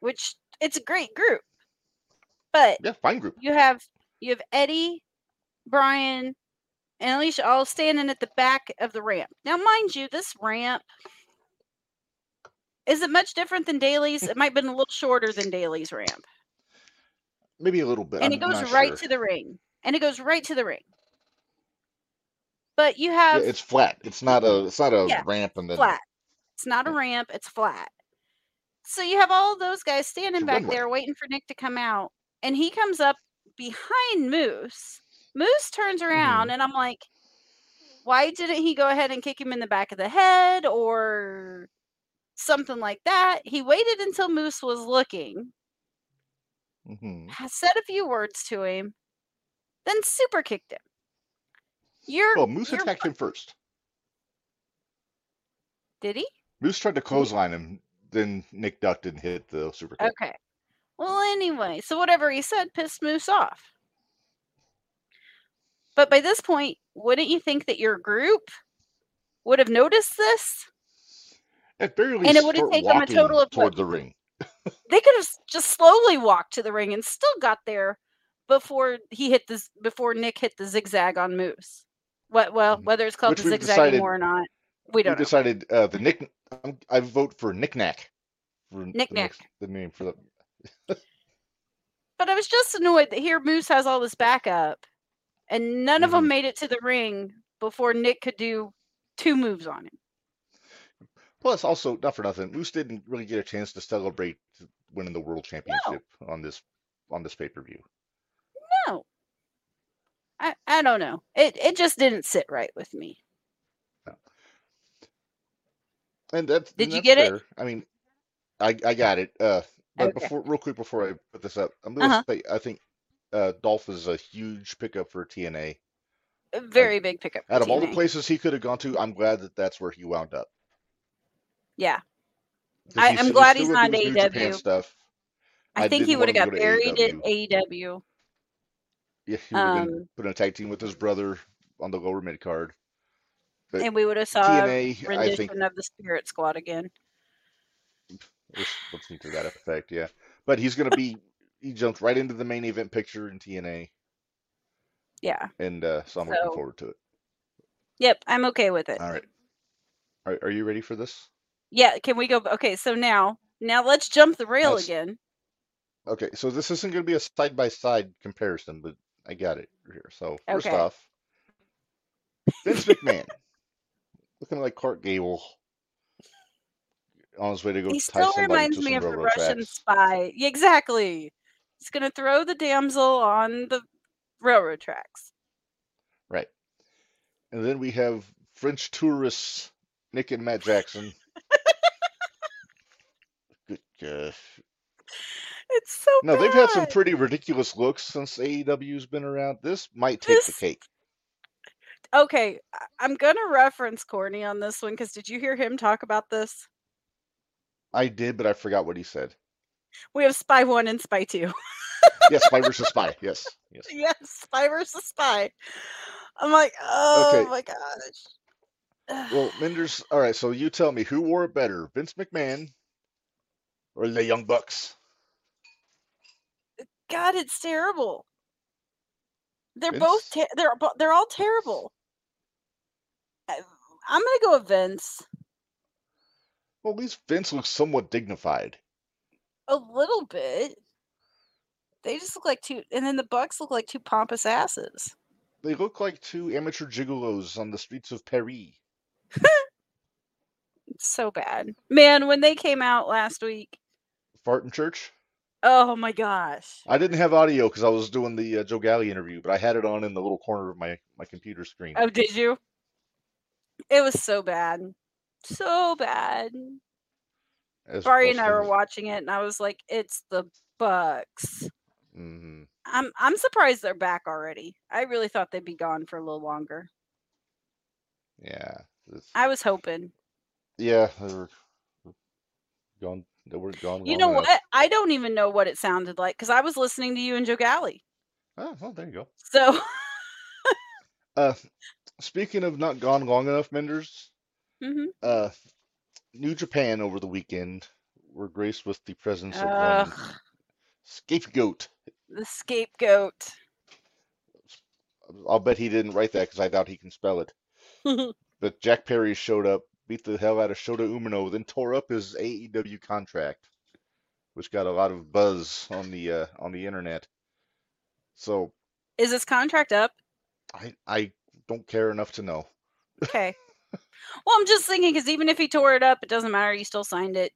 which it's a great group. But Yeah, fine group. you have you have Eddie, Brian, and Alicia all standing at the back of the ramp. Now, mind you, this ramp isn't much different than Daly's. It might have been a little shorter than Daly's ramp. Maybe a little bit. And I'm it goes not right sure. to the ring. And it goes right to the ring. But you Yeah, have it's flat. It's not a. It's not a Yeah, ramp and then flat. It's not a Yeah. ramp, it's flat. So you have all those guys standing a back runway. there waiting for Nick to come out, and he comes up behind Moose. Moose turns Mm-hmm. around, and I'm like, why didn't he go ahead and kick him in the back of the head or something like that? He waited until Moose was looking, Mhm. ha- said a few words to him, then super kicked him. You're Well, Moose you're- attacked him first. did he? Moose tried to clothesline him, then Nick ducked and hit the super kick. Okay. Well, anyway, so whatever he said pissed Moose off. But by this point, wouldn't you think that your group would have noticed this? At very least, And it would've start taken him a walking total of, toward what, the ring. They could have s- just slowly walked to the ring and still got there before he hit this before Nick hit the zigzag on Moose. What well, Mhm. whether it's called Which the we've zigzag decided- anymore or not, we We don't know. decided uh, the Nick. I'm, I vote for Nick Knack. For the, Knick next- Knack. the name for the. But I was just annoyed that here Moose has all this backup and none of Mhm. them made it to the ring before Nick could do two moves on him. Plus, also not for nothing, Moose didn't really get a chance to celebrate winning the world championship on this on this pay per view. No. I, I don't know. It it just didn't sit right with me. And that's Did and you that's get it? fair. I mean, I I got it. Uh, but Okay. before, real quick, before I put this up, I'm gonna Uh-huh. say I think uh, Dolph is a huge pickup for TNA. A very big pickup. for Out of all the TNA. places he could have gone to, I'm glad that that's where he wound up. Yeah. 'Cause I- he I'm s- he glad still he's E would not do his New AEW. Japan stuff. I, I think he didn't would have want him got to go to buried in AEW. AEW. Yeah, he would have been Um, put in a tag team with his brother on the lower mid card. But and we would have saw a TNA, I think, Uh, rendition of the Spirit Squad again. was something to that effect. Yeah, but he's gonna be he jumped right into the main event picture in TNA, Yeah. and uh, so I'm looking So- forward to it. Yep. I'm okay with it. All right. Are, are you ready for this? Yeah. Can we go? b- Okay. So now, now let's jump the rail Let's- again. Okay, so this isn't going to be a side by side comparison, but I got it here. So first Okay. off, Vince McMahon looking like Clark Gable on his way to go He tie still somebody reminds to me some of the railroad Russian tracks. spy. Yeah, Exactly. He's gonna throw the damsel on the railroad tracks. Right. And then we have French tourists Nick and Matt Jackson. Good gosh. It's so No, they've had some bad. pretty ridiculous looks since AEW's been around. This might take the This- cake. okay. I- I'm gonna reference Courtney on this one because did you hear him talk about this? I did, but I forgot what he said. We have Spy One and Spy Two. Yes, Spy versus Spy. Yes. Yes. yes, Spy versus Spy. I'm like, oh Okay. my gosh. Well, Menders, all right, so you tell me who wore it better, Vince McMahon or the Young Bucks? God, it's terrible. They're both Vince? ter- they're bo- they're all terrible. I- I'm gonna go with Vince. Well, at least Vince looks somewhat dignified. A little bit. They just look like two, and then the Bucks look like two pompous asses. They look like two amateur gigolos on the streets of Paris. It's so bad, man. When they came out last week, Fart in church? oh my gosh, I didn't have audio because I was doing the uh, Joe Galli interview, but I had it on in the little corner of my, my computer screen. oh did you? It was so bad, so bad. As Barry most and I were things- watching it, and I was like, "It's the Bucks." Mhm. I'm I'm surprised they're back already. I really thought they'd be gone for a little longer. Yeah. it's- I was hoping. yeah, they were gone. They were gone You long know enough. what? I don't even know what it sounded like because I was listening to you and Joe Galley. Oh, well, there you go. So Uh, speaking of not gone long enough, Menders, Mhm. uh, New Japan over the weekend were graced with the presence of one Ugh, scapegoat. the scapegoat. I'll bet he didn't write that because I doubt he can spell it. But Jack Perry showed up, beat the hell out of Shota Umino, then tore up his AEW contract, which got a lot of buzz on the uh, on the internet. So Is his contract up? I I don't care enough to know. Okay. Well, I'm just thinking because even if he tore it up, it doesn't matter. He still signed it.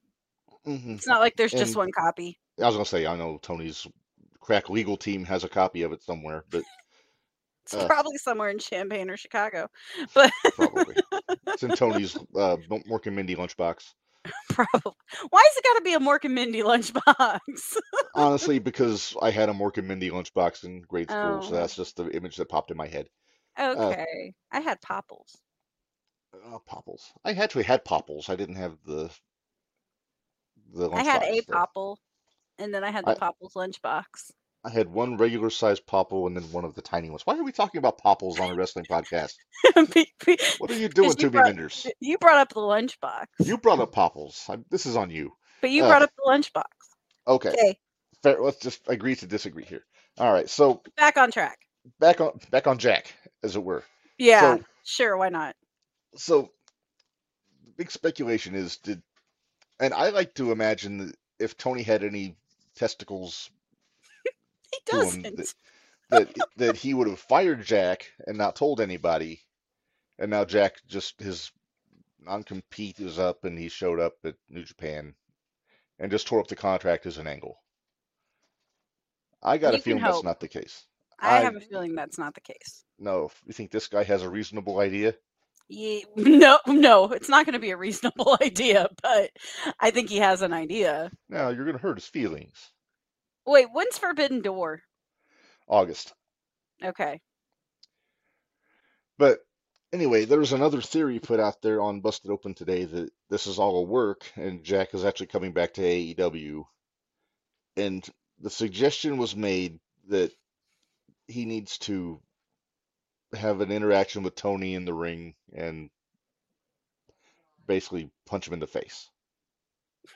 Mhm. It's not like there's just And- one copy. I was gonna say I know Tony's crack legal team has a copy of it somewhere, but It's Uh. probably somewhere in Champaign or Chicago, but probably it's in Tony's uh, Mork and Mindy lunchbox. probably. Why has it got to be a Mork and Mindy lunchbox? Honestly, because I had a Mork and Mindy lunchbox in grade school, so Oh. that's just the image that popped in my head. okay. I had Popples. Uh, Popples. I actually had Popples. I didn't have the the lunchbox. I had a though. popple, and then I had the I- popple's lunchbox. I had one regular sized Popple and then one of the tiny ones. Why are we talking about Popples on a wrestling podcast? Be- be- What are you doing you to me, brought- Menders? you brought up the lunchbox, You brought up Popples. I, this is on you. but you uh, brought up the lunchbox. Okay, Okay, fair, let's just agree to disagree here. All right, so back on track. back on back on Jack, as it were. Yeah, So sure. Why not? so the big speculation is did and I like to imagine that if Tony had any testicles He to him doesn't. that that, that he would have fired Jack and not told anybody and now Jack just his non-compete is up and he showed up at New Japan and just tore up the contract as an angle. I got a You can feeling that's hope. not the case. I, I- have a feeling that's not the case. No, you think this guy has a reasonable idea? Ye- no, no, it's not going to be a reasonable idea, but I think he has an idea. No, you're gonna hurt his feelings. Wait, when's Forbidden Door? August. Okay. But anyway, there was another theory put out there on Busted Open today that this is all a work and Jack is actually coming back to AEW. And the suggestion was made that he needs to have an interaction with Tony in the ring and basically punch him in the face.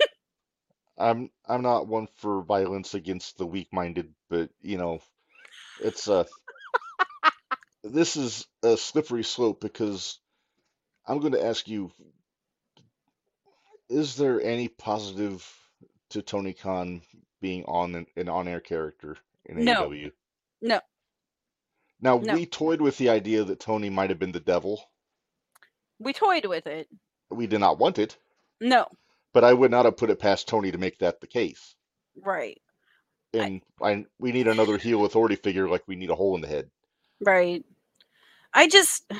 I'm I'm not one for violence against the weak-minded, but you know, it's uh this is a slippery slope because I'm going to ask you, is there any positive to Tony Khan being on an, an on-air character in No. AEW? No. Now, No. we toyed with the idea that Tony might have been the devil. We toyed with it. We did not want it, No, but I would not have put it past Tony to make that the case. right, And I, we need another heel authority figure like we need a hole in the head. right. I just,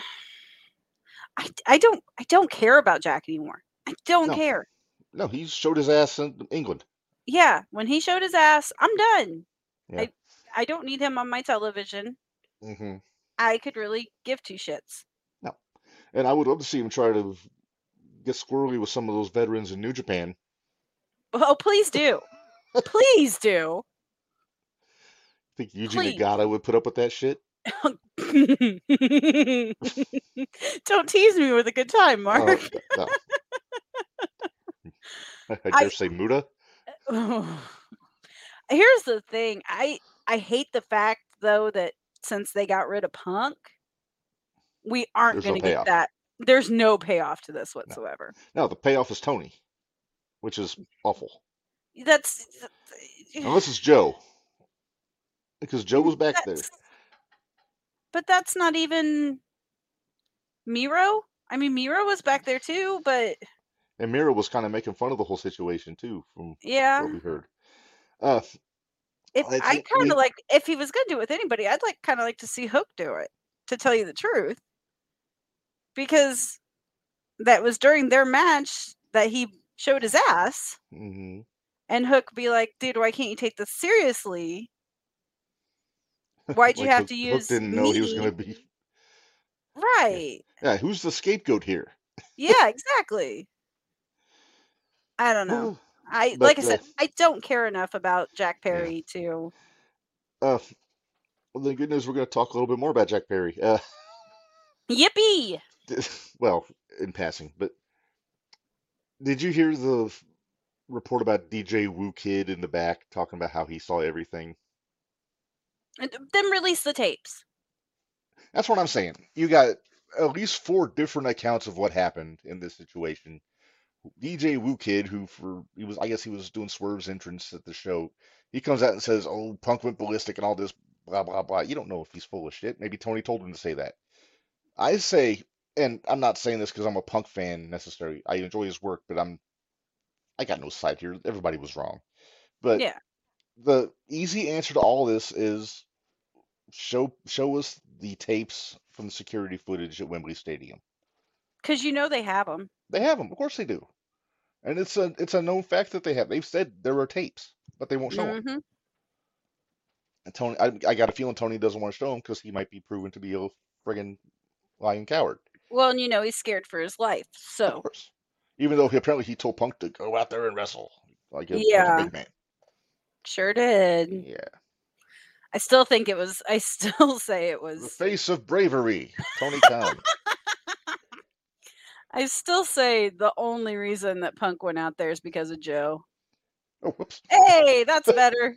I, I don't, I don't care about Jack anymore. I don't No. care. No, he showed his ass in England. Yeah, when he showed his ass, I'm done. Yeah. I, I don't need him on my television. Mm-hmm. I could really give two shits. And I would love to see him try to get squirrely with some of those veterans in New Japan. Oh, please do, please do. Think Eugene Please. Nagata would put up with that shit? Don't tease me with a good time, Oh, Mark. th- no. I dare I- say Muda. Here's the thing. I I hate the fact though that since they got rid of Punk, we aren't There's no going to get payoff. that. There's no payoff to this whatsoever. No, the payoff is Tony, which is awful. That's Unless it's Joe, because Joe was back there. that's- But that's not even Miro? I mean Miro was back there too, but And Mira was kind of making fun of the whole situation too, from yeah. what we heard. Uh, If I I think we- kind of like, if he was going to do it with anybody, I'd like kind of like to see Hook do it. To tell you the truth, because that was during their match that he showed his ass, hmm and Hook be like, "Dude, why can't you take this seriously? Why'd you have to use Didn't know he was me?" going to be. Right? Yeah, who's the scapegoat here? Yeah, exactly. I don't know. Well, I but, like I uh, said, I don't care enough about Jack Yeah. Perry to. Uh, well, the good news we're going to talk a little bit more about Jack Perry. Uh, Yippee! Did- well, in passing, but did you hear the f- report about DJ Wu Kid in the back talking about how he saw everything? And then release the tapes. That's what I'm saying. You got at least four different accounts of what happened in this situation. DJ Wu Kid, who for he was, I guess he was doing Swerve's entrance at the show. He comes out and says, "Oh, Punk went ballistic and all this blah blah blah." You don't know if he's full of shit. Maybe Tony told him to say that. I say, and I'm not saying this because I'm a Punk fan necessarily. I enjoy his work, but I'm I got no side here. Everybody was wrong. But Yeah. the easy answer to all this is show show us the tapes from the security footage at Wembley Stadium. Because you know they have them. They have them, of course they do. And it's a it's a known fact that they have. They've said there are tapes, but they won't show them. hmm And Tony, I, I got a feeling Tony doesn't want to show them because he might be proven to be a friggin' lying coward. Well, and you know he's scared for his life. Of So course. Even though he, apparently he told Punk to go out there and wrestle like a, like a Yeah. big man. sure did. Yeah. I still think it was. I still say it The was. face of bravery, Tony Khan. I still say the only reason that Punk went out there is because of Joe. Oh, whoops. Hey, that's better.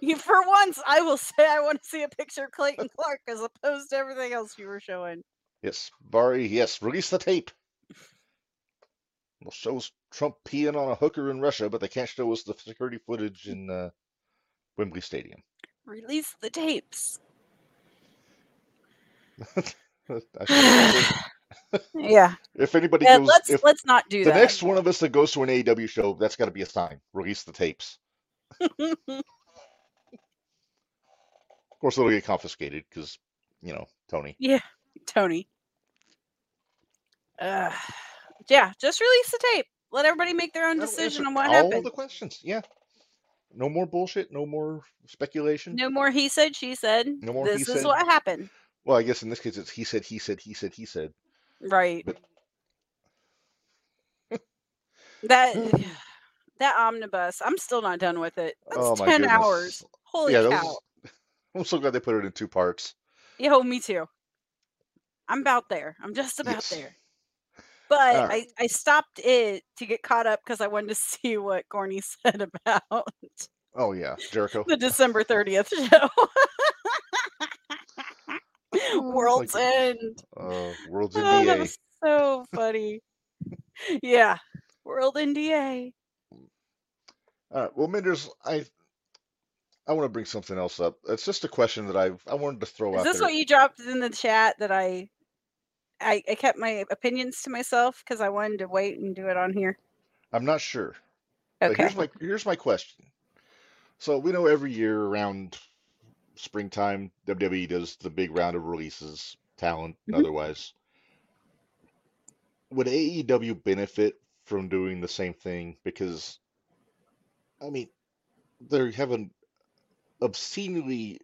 You- For once, I will say I want to see a picture of Clayton Clark as opposed to everything else you were showing. Yes, Barry, yes, release the tape. Well, shows Trump peeing on a hooker in Russia, but they can't show us the security footage in uh, Wembley Stadium. Release the tapes. I think- Yeah, if anybody yeah, goes, let's if let's not do the that. next one of us that goes to an E AEW show, that's got to be a sign. Release the tapes. Of course, it'll get confiscated because, you know, Tony. Yeah, Tony. Uh, yeah, just release the tape. Let everybody make their own That'll decision answer on what all happened. the questions. Yeah. No more bullshit. No more speculation. No more he said, she said. No more he this is said. what happened. Well, I guess in this case, it's he said, he said, he said, he said. Right. But- that that omnibus, I'm still not done with it. That's Oh, my ten goodness. hours. Holy yeah, that cow. was- I'm so glad they put it in two parts. Yo, me too. I'm about there. I'm just about Yes. there. But All right. I, I stopped it to get caught up because I wanted to see what Gorney said about Oh yeah, Jericho. the December 30th show. Oh, World's my End. Uh, World's Oh, that NDA. was so funny. yeah. World NDA. All right. Well, Menders, I I want to bring something else up. It's just a question that I I wanted to throw Is out this there. what you dropped in the chat that I I, I kept my opinions to myself because I wanted to wait and do it on here? I'm not sure. But Okay. here's my here's my question. So we know every year around springtime, WWE does the big round of releases, talent, and Mhm. otherwise. Would AEW benefit from doing the same thing? Because I mean, they have an obscenely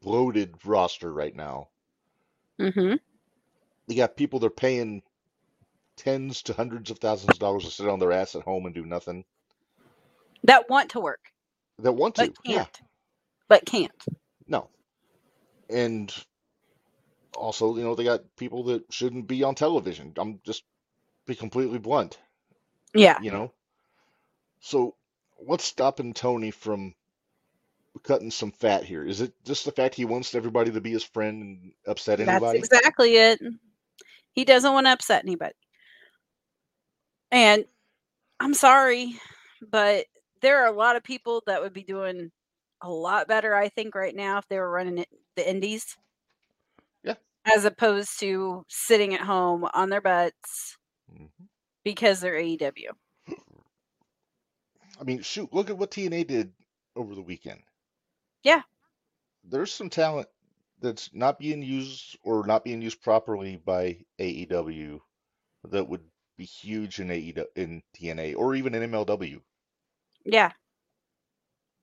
bloated roster right now. Mm-hmm. You got people they're paying tens to hundreds of thousands of dollars to sit on their ass at home and do nothing That want to work, that want to. but Yeah, can't. But can't. no. And also, you know, they got people that shouldn't be on television. I'm just be completely blunt, Yeah. you know. So what's stopping Tony from cutting some fat here? Is it just the fact he wants everybody to be his friend and upset That's anybody? exactly it. He doesn't want to upset anybody. And I'm sorry, but there are a lot of people that would be doing a lot better, I think, right now if they were running it, the indies. Yeah. As opposed to sitting at home on their butts Mhm. because they're E AEW. I mean, shoot, look at what TNA did over the weekend. Yeah. There's some talent that's not being used or not being used properly by AEW that would be huge in AEW in TNA or even in MLW. Yeah.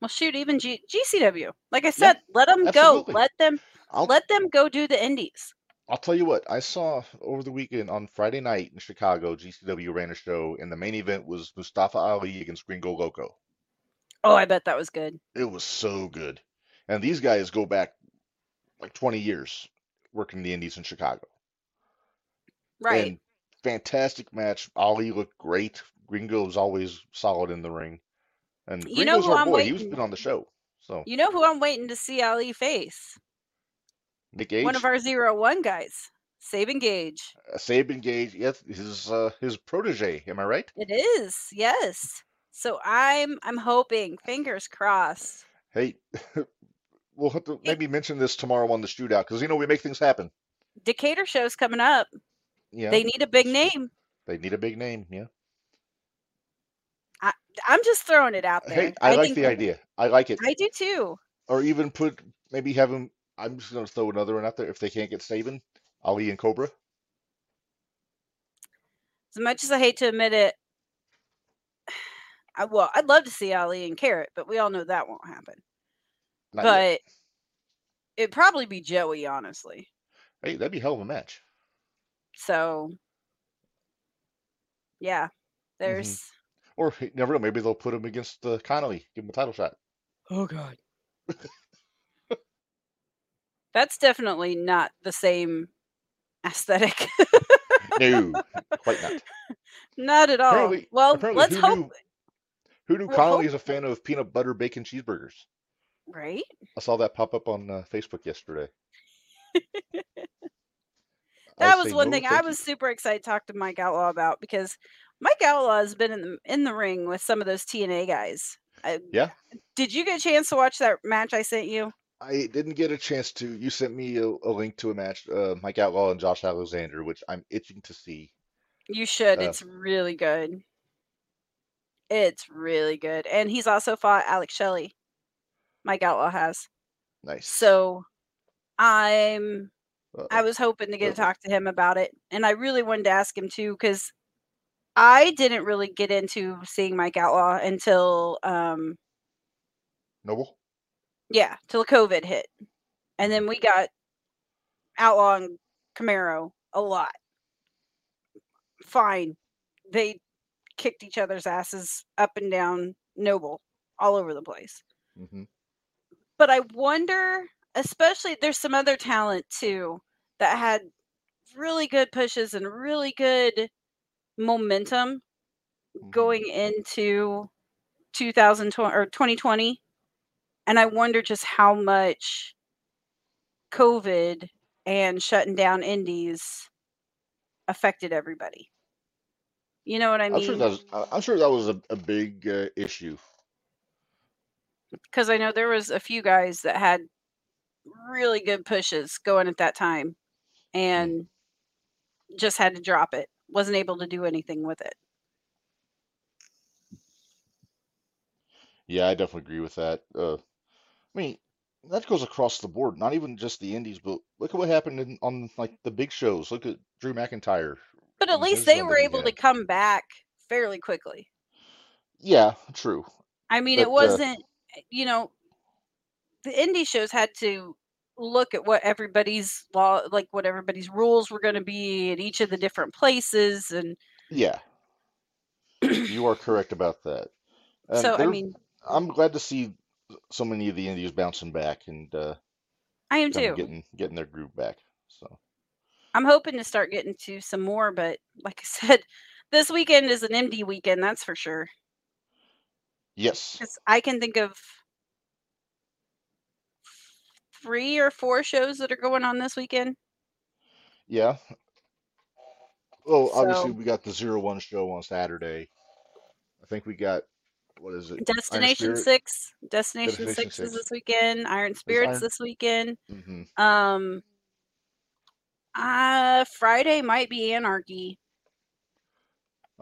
Well, shoot, even G- GCW. Like I said, let 'em let them absolutely. go. Let them I'll let them go do the indies. I'll tell you what, I saw over the weekend on Friday night in Chicago, GCW ran a show, and the main event was Mustafa Ali against Gringo Loco. Oh, I bet that was good. It was so good. And these guys go back like 20 years working the indies in Chicago. Right. And fantastic match. Ali looked great. Gringo's always solid in the ring. And You know Gringo's who our I'm boy. He was waiting- been on the show. So you know who I'm waiting to see Ali face? Nick Gage, One of our zero one guys. Save engage. uh, Saban Gage, yes, his uh, his protege. Am I right? It is, yes. So I'm I'm hoping, fingers crossed. Hey, we'll have to maybe mention this tomorrow on the shootout because you know we make things happen. Decatur show's coming up. Yeah, They need a big that's name. they need a big name. Yeah. I'm just throwing it out there. Hey, I, like think- the idea. I like it. I do too. Or even put maybe have him. I'm just gonna throw another one out there. If they can't get Saban, Ali and Cobra. as much as I hate to admit it, I, well, I'd love to see Ali and Carrot, but we all know that won't happen. Not yet. but it'd probably be Joey, honestly. Hey, that'd be a hell of a match. So, yeah, there's. Or hey, never know. Maybe they'll put him against uh, Connolly. Give him a title shot. Oh God. That's definitely not the same aesthetic. No, quite not. not at all. Apparently- Oh, well, apparently let's who hope, knew- Who knew Well, Connolly is a fan of peanut butter bacon cheeseburgers? right? I saw that pop up on uh, Facebook yesterday. I That was say, one "No, thing I thank you." was super excited to talk to Mike Outlaw about because Mike Outlaw has been in the, in the ring with some of those TNA guys. I, Yeah. Did you get a chance to watch that match I sent you? I didn't get a chance to. You sent me a, a link to a match, uh, Mike Outlaw and Josh Alexander, which I'm itching to see. You should. Uh, it's really good. It's really good. And he's also fought Alex Shelley. Mike Outlaw has. Nice. Uh, So I'm I Uh-oh. was hoping to get to Uh-oh. talk to him about it. And I really wanted to ask him too, because I didn't really get into seeing Mike Outlaw until um Noble. yeah, till COVID hit. And then we got Outlaw and Camaro a lot. Fine. They kicked each other's asses up and down Noble all over the place. hmm But I wonder, especially there's some other talent too that had really good pushes and really good momentum hmm going into 2020 or 2020 and i wonder just how much covid and shutting down indies affected everybody you know what i I'm sure mean that was, I- I'm sure that was a, a big uh, issue. because i know there was a few guys that had really good pushes going at that time Mm. and just had to drop it wasn't able to do anything with it Yeah, I definitely agree with that. Uh, I mean, that goes across the board, not even just the indies, but look at what happened in, on like the big shows. Look at Drew McIntyre but at and least his they run were that he able to had. come back fairly quickly Yeah, true, i mean it but uh, wasn't eh, you know the indie shows had to look at what everybody's law like what everybody's rules were going to be at each of the different places and yeah, you are correct about that. Um, so i there, mean I'm glad to see so many of the indies bouncing back and uh, i am kind of too getting getting their groove back. So i'm hoping to start getting to some more but like i said this weekend is an md weekend that's for sure yes, because i can think of three or four shows that are going on this weekend yeah. Well, obviously so we got the Zero One show on Saturday. I think we got what is it? Iron destination Spirit, six destination Destination six is Six. this weekend iron Is spirits Iron? this weekend hmm um uh friday might be anarchy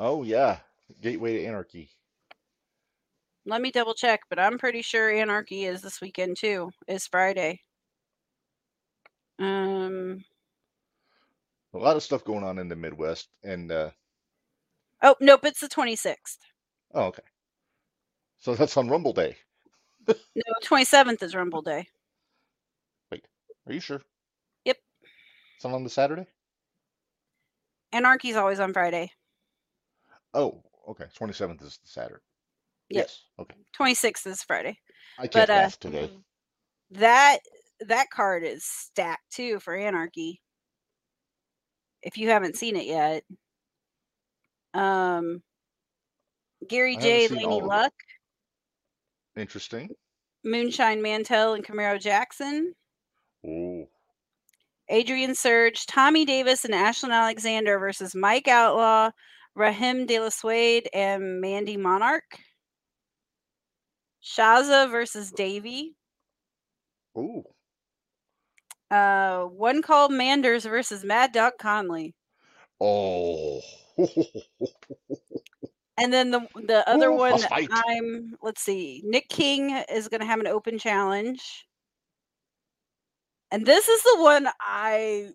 Oh yeah, Gateway to Anarchy. Let me double check, but I'm pretty sure Anarchy is this weekend too. Is Friday. Um. A lot of stuff going on in the Midwest, and uh, Oh nope, it's the 26th. oh, okay. So that's on Rumble Day. No, 27th is Rumble Day. Wait, are you sure? Yep, It's not on the Saturday? Anarchy's always on Friday. Oh, okay. 27th is the Saturday. Yep, Yes. Okay. 26th is Friday. I But can't uh, math today. Mhm. that that card is stacked too for Anarchy. If you haven't seen it yet, um, Gary I haven't J, seen Laney all of it. Luck, Interesting. Moonshine Mantell, and Camaro Jackson, Oh, Adrian Surge, Tommy Davis, and Ashlyn Alexander versus Mike Outlaw, Rahim De La Suede, and Mandy Monarch. Shaza versus Davey. oh. Uh, one called Manders versus Mad Dog Conley. Oh. And then the the other Ooh, a one that fight. I'm let's see, Nick King is gonna have an open challenge. And this is the one I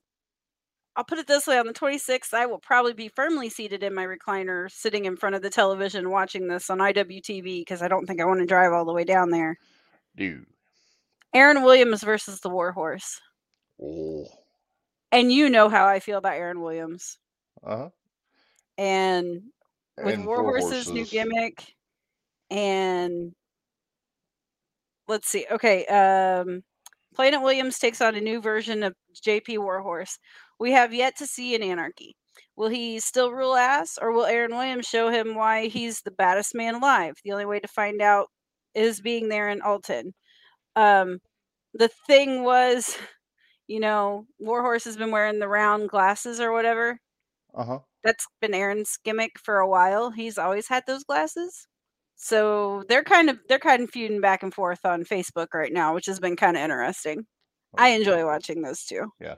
I'll put it this way on the 26th, I will probably be firmly seated in my recliner, sitting in front of the television watching this on IWTV because I don't think I want to drive all the way down there. Dude. Aaron Williams versus the Warhorse. Oh. And you know how I feel about Aaron Williams. Uh-huh. And with And four Warhorse's new horses. gimmick, and let's see. Okay. Um, Planet Williams takes on a new version of JP Warhorse. We have yet to see an anarchy. Will he still rule ass, or will Aaron Williams show him why he's the baddest man alive? The only way to find out is being there in Alton. Um, the thing was, you know, Warhorse has been wearing the round glasses or whatever. Uh-huh. That's been Aaron's gimmick for a while. He's always had those glasses. So they're kind of they're kind of feuding back and forth on Facebook right now, which has been kind of interesting. I Oh, enjoy watching those two. yeah.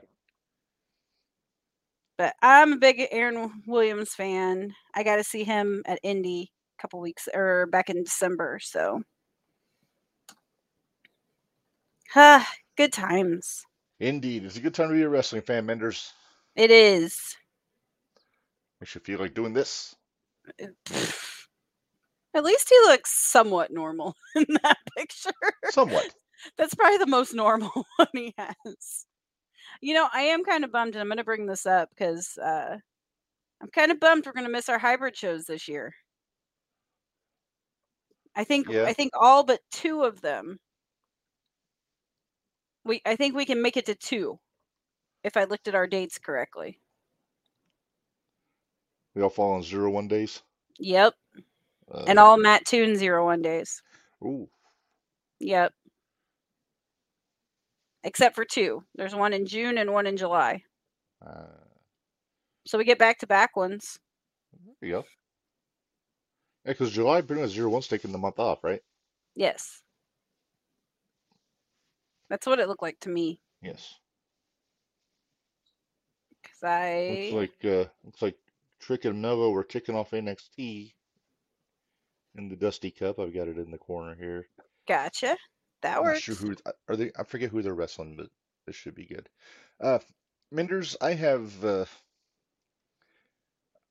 But I'm a big Aaron Williams fan. I got to see him at Indy a er, couple weeks or back in December. So Ah, good times. Indeed, it's a good time to be a wrestling fan, Menders. It is. Makes you feel like doing this. Pfft. At least he looks somewhat normal in that picture. Somewhat. That's probably the most normal one he has. You know, I am kind of bummed, and I'm going to bring this up because uh, I'm kind of bummed we're going to miss our hybrid shows this year. I think Yeah. I think all but two of them. We I think we can make it to two, if I looked at our dates correctly. We all fall on zero one days. Yep, Uh, and all Matt Toon zero one days. ooh, Yep. Except for two. There's one in June and one in July. uh, So we get back to back ones. there you go. Yeah, because July pretty much zero one's taking the month off, right? Yes. That's what it looked like to me. Yes. Cause I Looks like uh, looks like Trick and Nova were kicking off NXT in the Dusty Cup. I've got it in the corner here. gotcha. That I'm not works. sure who I- are they. I forget who they're wrestling, but this should be good. Uh, Menders, I have uh,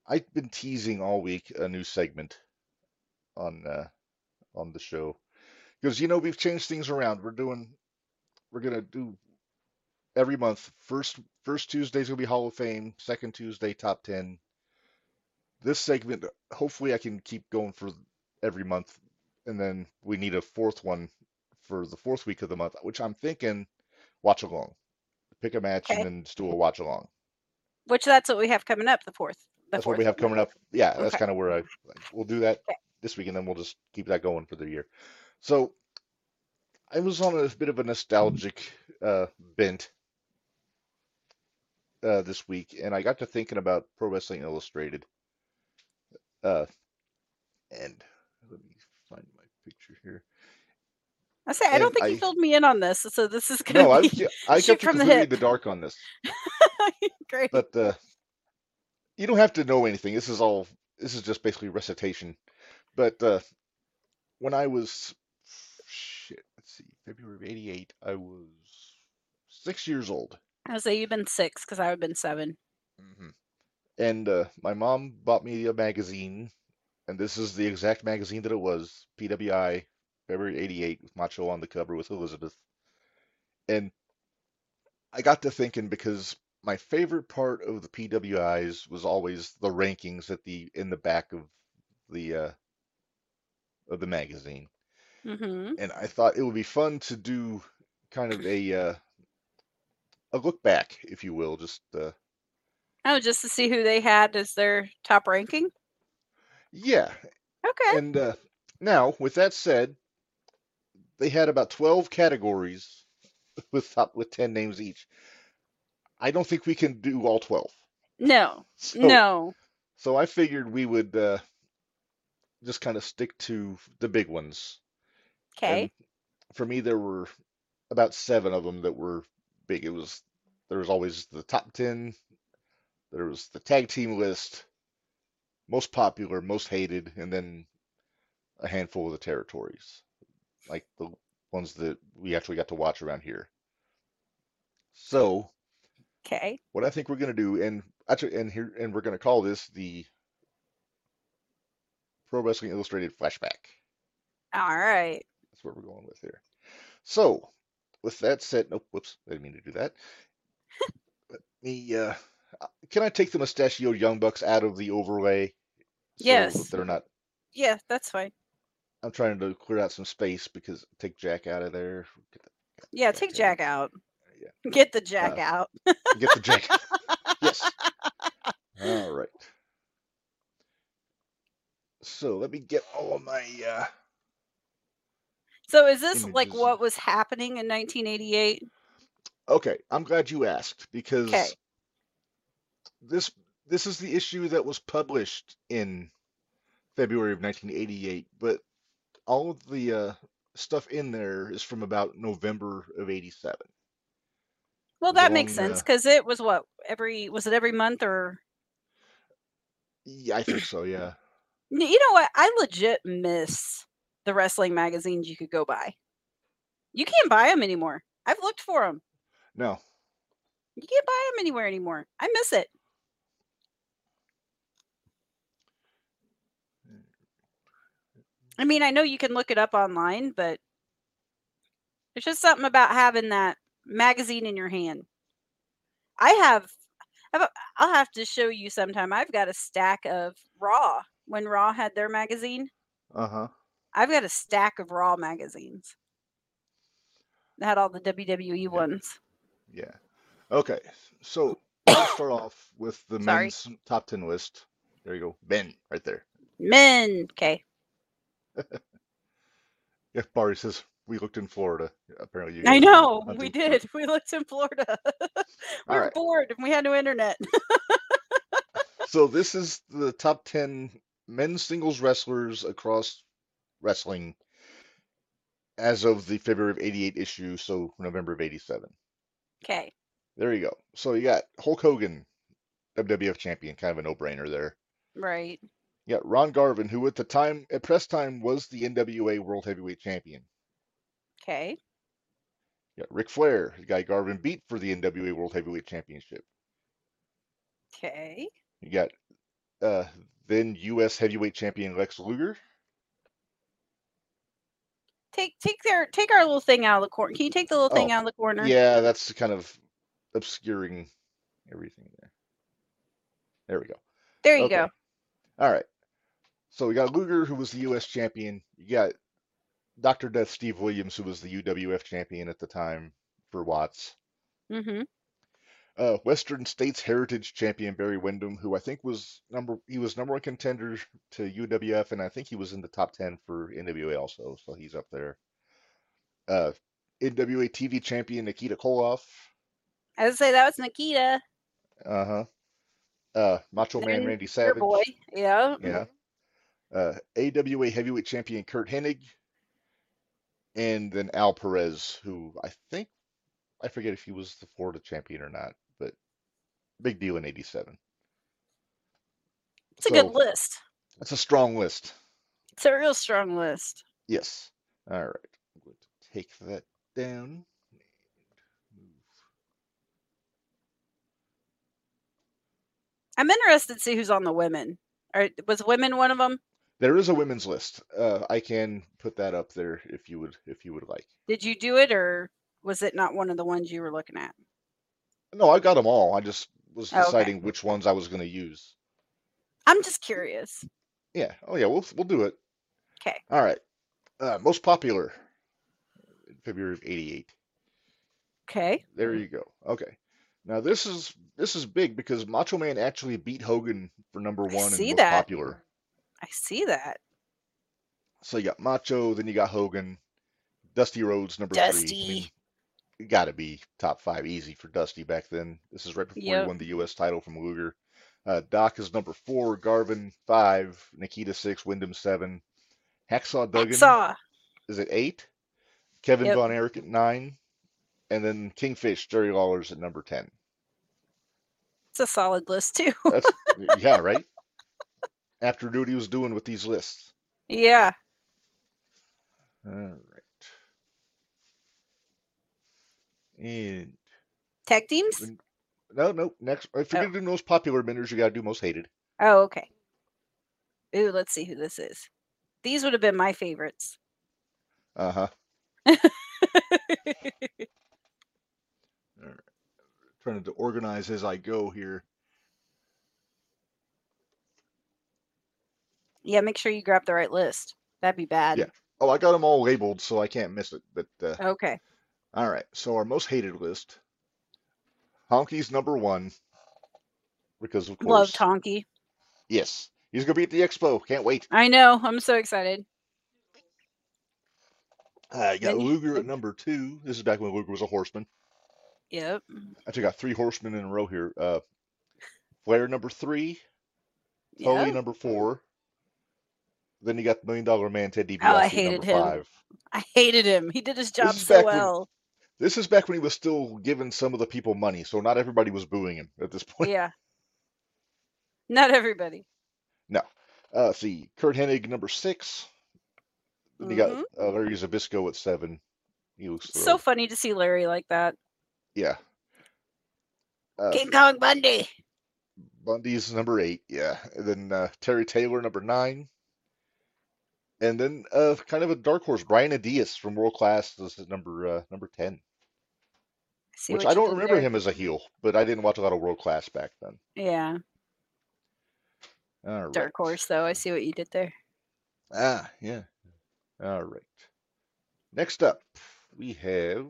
I've been teasing all week a new segment on uh, on the show because you know we've changed things around. We're doing we're gonna do every month. First first Tuesday's gonna be Hall of Fame. Second Tuesday, top ten. This segment, hopefully, I can keep going for every month, and then we need a fourth one for the fourth week of the month, which I'm thinking watch along. Pick a match Okay. and then just do a watch along. Which that's what we have coming up, the fourth. The That's what fourth. we have coming up. Yeah, that's Okay. kind of where I we'll do that Okay. this week, and then we'll just keep that going for the year. So I was on a bit of a nostalgic uh, bent uh, this week, and I got to thinking about Pro Wrestling Illustrated. Uh, and let me find my picture here. I say I And don't think I- you filled me in on this, so this is gonna No, I, be ke- I shoot kept you from the completely in hip. the dark on this, great. but uh, you don't have to know anything. This is all. This is just basically recitation. But uh, when I was shit, let's see, February of '88, I was six years old. I say you've been six because I would have been seven. hmm And uh, my mom bought me a magazine, and this is the exact magazine that it was, PWI, February 88, with Macho on the cover with Elizabeth. And I got to thinking because my favorite part of the PWIs was always the rankings at the in the back of the uh, of the magazine. Mm-hmm. And I thought it would be fun to do kind of a uh, a look back, if you will, just uh, Oh, just to see who they had as their top ranking. yeah. Okay. And uh, now, with that said, they had about 12 categories with top, with 10 names each. I don't think we can do all 12. No. So, No. so I figured we would uh, just kind of stick to the big ones. Okay. And for me, there were about seven of them that were big. It was there was always the top 10, there was the tag team list, most popular, most hated, and then a handful of the territories, like the ones that we actually got to watch around here. So, Okay. what I think we're gonna do, and actually, and here, and we're gonna call this the Pro Wrestling Illustrated flashback. All right. That's what we're going with here. So, with that said, nope, whoops, I didn't mean to do that. Let me, uh, uh, can I take the Mustachio Young Bucks out of the overlay? so that Yes. They're not. Yeah, that's fine. I'm trying to clear out some space because take Jack out of there. Get the, Yeah, Jack take out. Jack out. Yeah. Get the Jack Uh, out. Get the Jack. yes. All right. So let me get all of my. Uh, So is this like images. what was happening in 1988? okay, I'm glad you asked because this this is the issue that was published in February of 1988, but all of the uh, stuff in there is from about November of 87. Well, There's a that makes long, sense uh, because it was what every was it every month or Yeah, I think so, yeah. N- you know what? I legit miss the wrestling magazines you could go buy. You can't buy them anymore. I've looked for them. No. You can't buy them anywhere anymore. I miss it. I mean, I know you can look it up online, but it's just something about having that magazine in your hand. I have, I've a- I'll have to show you sometime. I've got a stack of Raw when Raw had their magazine. Uh huh. I've got a stack of Raw magazines that had all the WWE ones. Yeah. Okay. So let's start off with the Sorry. men's top ten list. There you go, Ben, right there. Men, okay. Yeah, Barry says we looked in Florida. Apparently, you I guys were know we hunting for- did. We looked in Florida. we All were right. bored and we had no internet. So this is the top ten men's singles wrestlers across wrestling as of the February of '88 issue, so November of '87. okay, There you go. So you got Hulk Hogan, WWF champion, kind of a no-brainer there. right. Yeah, Ron Garvin, who at the time, at press time, was the NWA World Heavyweight Champion. Okay, Yeah, Ric Flair, the guy Garvin beat for the NWA World Heavyweight Championship. okay. You got uh, then U.S. Heavyweight Champion Lex Luger. Take take their take our little thing out of the corner. Can you take the little thing Oh, out of the corner? Yeah, that's kind of obscuring everything there. There we go. There you Okay. go. All right. So we got Luger, who was the U.S. champion. You got Dr. Death Steve Williams, who was the UWF champion at the time for Watts. Mm-hmm. uh, Western States Heritage Champion Barry Windham, who I think was number he was number one contender to UWF, and I think he was in the top ten for NWA also, so he's up there. Uh, NWA TV Champion Nikita Koloff, I would say that was Nikita, uh-huh. Uh, Macho Man Then Randy your Savage, boy. Yeah. yeah. Uh, AWA Heavyweight Champion Kurt Hennig, and then Al Perez, who I think I forget if he was the Florida champion or not, but big deal in '87. It's a So good list. that's a strong list. It's a real strong list. Yes. All right. I'm going to take that down. Move. I'm interested to see who's on the women. Or was women one of them? There is a women's list. Uh, I can put that up there if you would if you would like. Did you do it, or was it not one of the ones you were looking at? No, I got them all. I just was Oh, okay. deciding which ones I was going to use. I'm just curious. Yeah. Oh yeah, we'll we'll do it. 'Kay. All right. Uh, most popular in February of 88. Okay. There you go. Okay. Now this is this is big because Macho Man actually beat Hogan for number I one and see most that. popular. I see that. So you got Macho, then you got Hogan, Dusty Rhodes number three. I Dusty. mean, it got to be top five easy for Dusty back then. This is right before Yep. he won the U.S. title from Luger. Uh, Doc is number four, Garvin five, Nikita six, Wyndham seven, Hacksaw Duggan Saw. is at eight, Kevin Yep. Von Erich at nine, and then Kingfish Jerry Lawler's at number ten. It's a solid list too. That's yeah, right. After duty was doing with these lists. yeah. All right, and Tag teams. Then- no, no. Next, uh, if you're Oh. gonna do most popular winners, you gotta do most hated. Oh, okay. Ooh, let's see who this is. These would have been my favorites. Uh huh. trying to organize as I go here. yeah, make sure you grab the right list. That'd be bad. Yeah. Oh, I got them all labeled, so I can't miss it. But uh, Okay. Oh. all right, so our most hated list. Honky's number one, because of course. Love Tonky. Yes, he's gonna be at the expo. Can't wait. I know. I'm so excited. Uh, you got Then- Luger at number two. This is back when Luger was a horseman. Yep. Oh, Actually, got three horsemen in a row here. Uh, Flair number three, Foley Yeah. number four. Then you got the Million Dollar Man Ted DiBiase Oh, I number hated him. five. I hated him. He did his job is so back when- well. This is back when he was still giving some of the people money, so not everybody was booing him at this point. yeah. Not everybody. Uh, let's see, Kurt Hennig number six. Then You Mhm. got uh, Larry Zabisco at seven. He was It's so thrilled. funny to see Larry like that. yeah. Uh, King Kong Bundy. Bundy's number eight, yeah. And then uh, Terry Taylor, number nine. And then uh, kind of a dark horse, Brian Adias from World Class is at number uh, number ten, See which what I you don't did remember there. him as a heel, but I didn't watch a lot of World Class back then. Yeah, All right. Dark Horse though. I see what you did there. Ah, yeah. All right. Next up, we have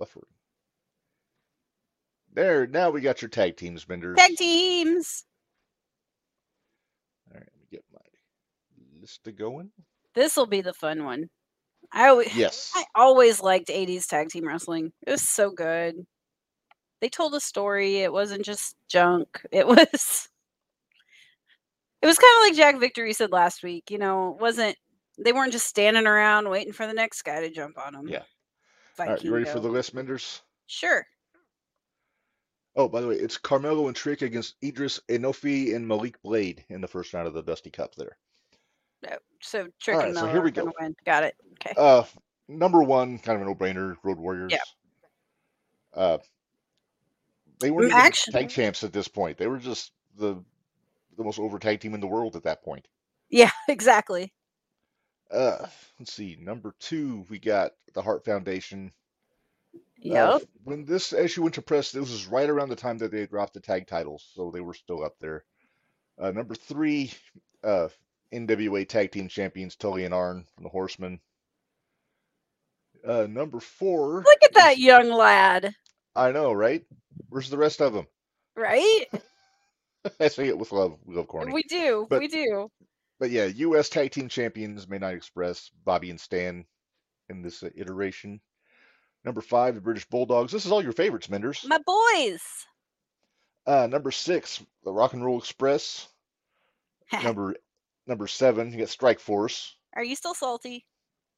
buffering. There, now we got your tag teams, Benders. Tag teams. All right, let me get my list to going. This will be the fun one. I always, Yes. I always liked 80s tag team wrestling. It was so good. They told a story. It wasn't just junk. It was It was kind of like Jack Victory said last week, you know, it wasn't they weren't just standing around waiting for the next guy to jump on them. Yeah. All right, you ready for the list, Benders? Sure. Oh, by the way, it's Carmelo and Trick against Idris Enofi and Malik Blade in the first round of the Dusty Cup there. No, So Trick Alright, and so Mello here are we gonna go. win. Got it. Okay. Uh, number one, kind of a no-brainer, Road Warriors. Uh, they weren't even actually- tag champs at this point. They were just the the most over tag team in the world at that point. Yeah, exactly. Uh, let's see. Number two, we got the Hart Foundation. Uh, Yep. when this issue went to press, this was right around the time that they dropped the tag titles, so they were still up there. Uh, number three, uh, NWA Tag Team Champions Tully and Arn from the Horsemen. Uh, number four, Look at that young lad, I know, right? Where's the rest of them? right? I say it with love. We love corny. We do. But- we do. But yeah, U.S. Tag Team Champions Midnight Express, Bobby and Stan in this uh, iteration. Number five, the British Bulldogs. This is all your favorites, Menders. My boys. Uh, number six, the Rock and Roll Express. Number number seven, you got Strike Force. Are you still salty?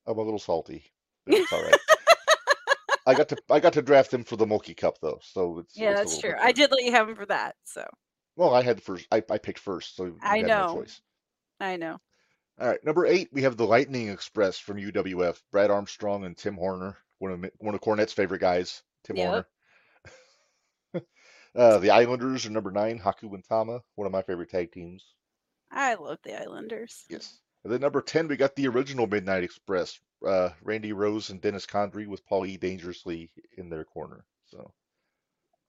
I'm a little salty. but It's all right. I got to I got to draft them for the Mulkey Cup though, so it's yeah, it's a that's little true. bit I fair. did let you have him for that, so Well, I had the first. I, I picked first, so you I had know. no choice. I know. All right, number eight, we have the Lightning Express from UWF, Brad Armstrong and Tim Horner, one of Mi- one of Cornette's favorite guys, Tim Yep. Horner. Uh, the Islanders are number nine, Haku and Tama, one of my favorite tag teams. I love the Islanders. Yes. And then number 10, we got the original Midnight Express, uh, Randy Rose and Dennis Condrey with Paul E. Dangerously in their corner. So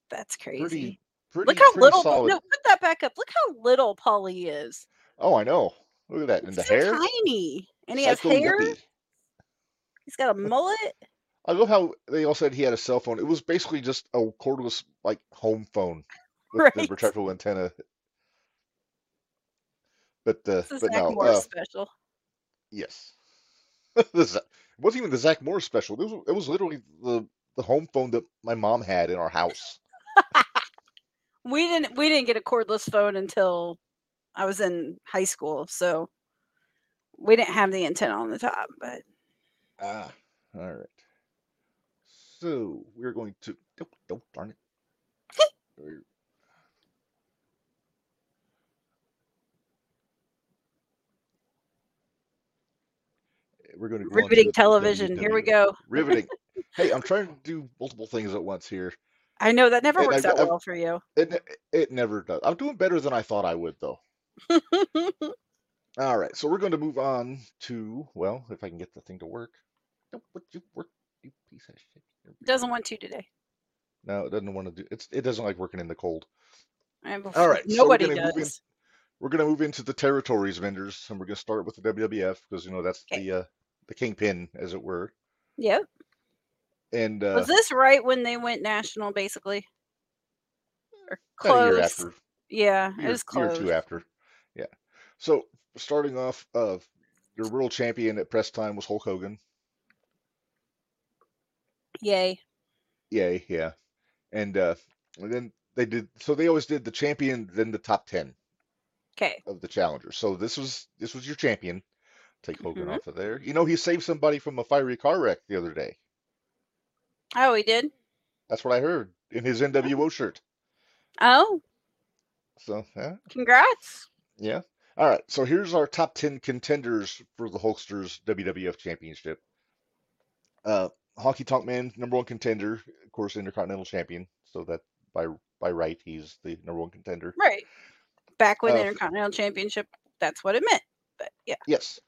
That's crazy. pretty, pretty, Look how pretty little. solid. No, put that back up. Look how little Polly is. Oh, I know. Look at that. And the He's so hair, tiny, and he has Psycho hair. Yuppie. He's got a mullet. I love how they all said he had a cell phone. It was basically just a cordless, like, home phone with the Right. retractable antenna. But uh, This is but Zach no, Morris uh, special. yes. The Zac- it wasn't even the Zach Morris special. It was, it was literally the the home phone that my mom had in our house. We didn't. We didn't get a cordless phone until I was in high school, so we didn't have the antenna on the top. But Ah, all right. So we're going to. Don't, don't darn it. We're- We're going to go on to riveting the television. Here we WWE. go. Riveting. Hey, I'm trying to do multiple things at once here. I know that never And I works got- out I've- well for you. It ne- it never does. I'm doing better than I thought I would, though. All right, so we're going to move on to, well, if I can get the thing to work. Don't put you work, you piece of shit. Here we Doesn't go. want to today. No, it doesn't want to do. It's it doesn't like working in the cold. I'm bef- All right, so we're Nobody gonna move in- does. We're going to move into the territories vendors, and we're going to start with the WWF because you know that's 'Kay. the uh, the kingpin, as it were. Yep. And uh, Was this right when they went national, basically? Or about a close? year after, Yeah, it year, was year or close. two after. Yeah. So starting off, uh, your world champion at press time was Hulk Hogan. Yay. Yay, yeah. And uh, and then they did. So they always did the champion, then the top ten Okay. of the challengers. So this was this was your champion. Take Hogan Mhm. off of there. You know, he saved somebody from a fiery car wreck the other day. Oh, we did? That's what I heard in his NWO shirt. Oh, So yeah, congrats. yeah. All right. So here's our top ten contenders for the Hulkster's WWF Championship. Uh, Hockey Tonk Man, number one contender, of course, Intercontinental Champion. So that by by right, he's the number one contender. Right. Back when the Uh, Intercontinental Championship, that's what it meant. But yeah. Yes.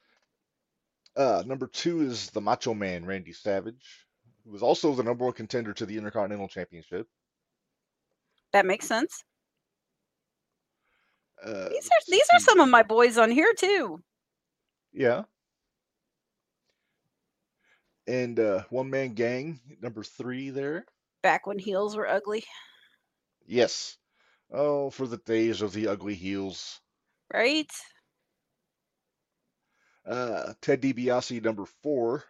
Uh, number two is the Macho Man, Randy Savage, who was also the number one contender to the Intercontinental Championship. That makes sense. Uh, let's These are these are see. some of my boys on here too. Yeah. And uh, One Man Gang, number three there. Back when heels were ugly, Yes. Oh, for the days of the ugly heels. right? Uh, Ted DiBiase, number four.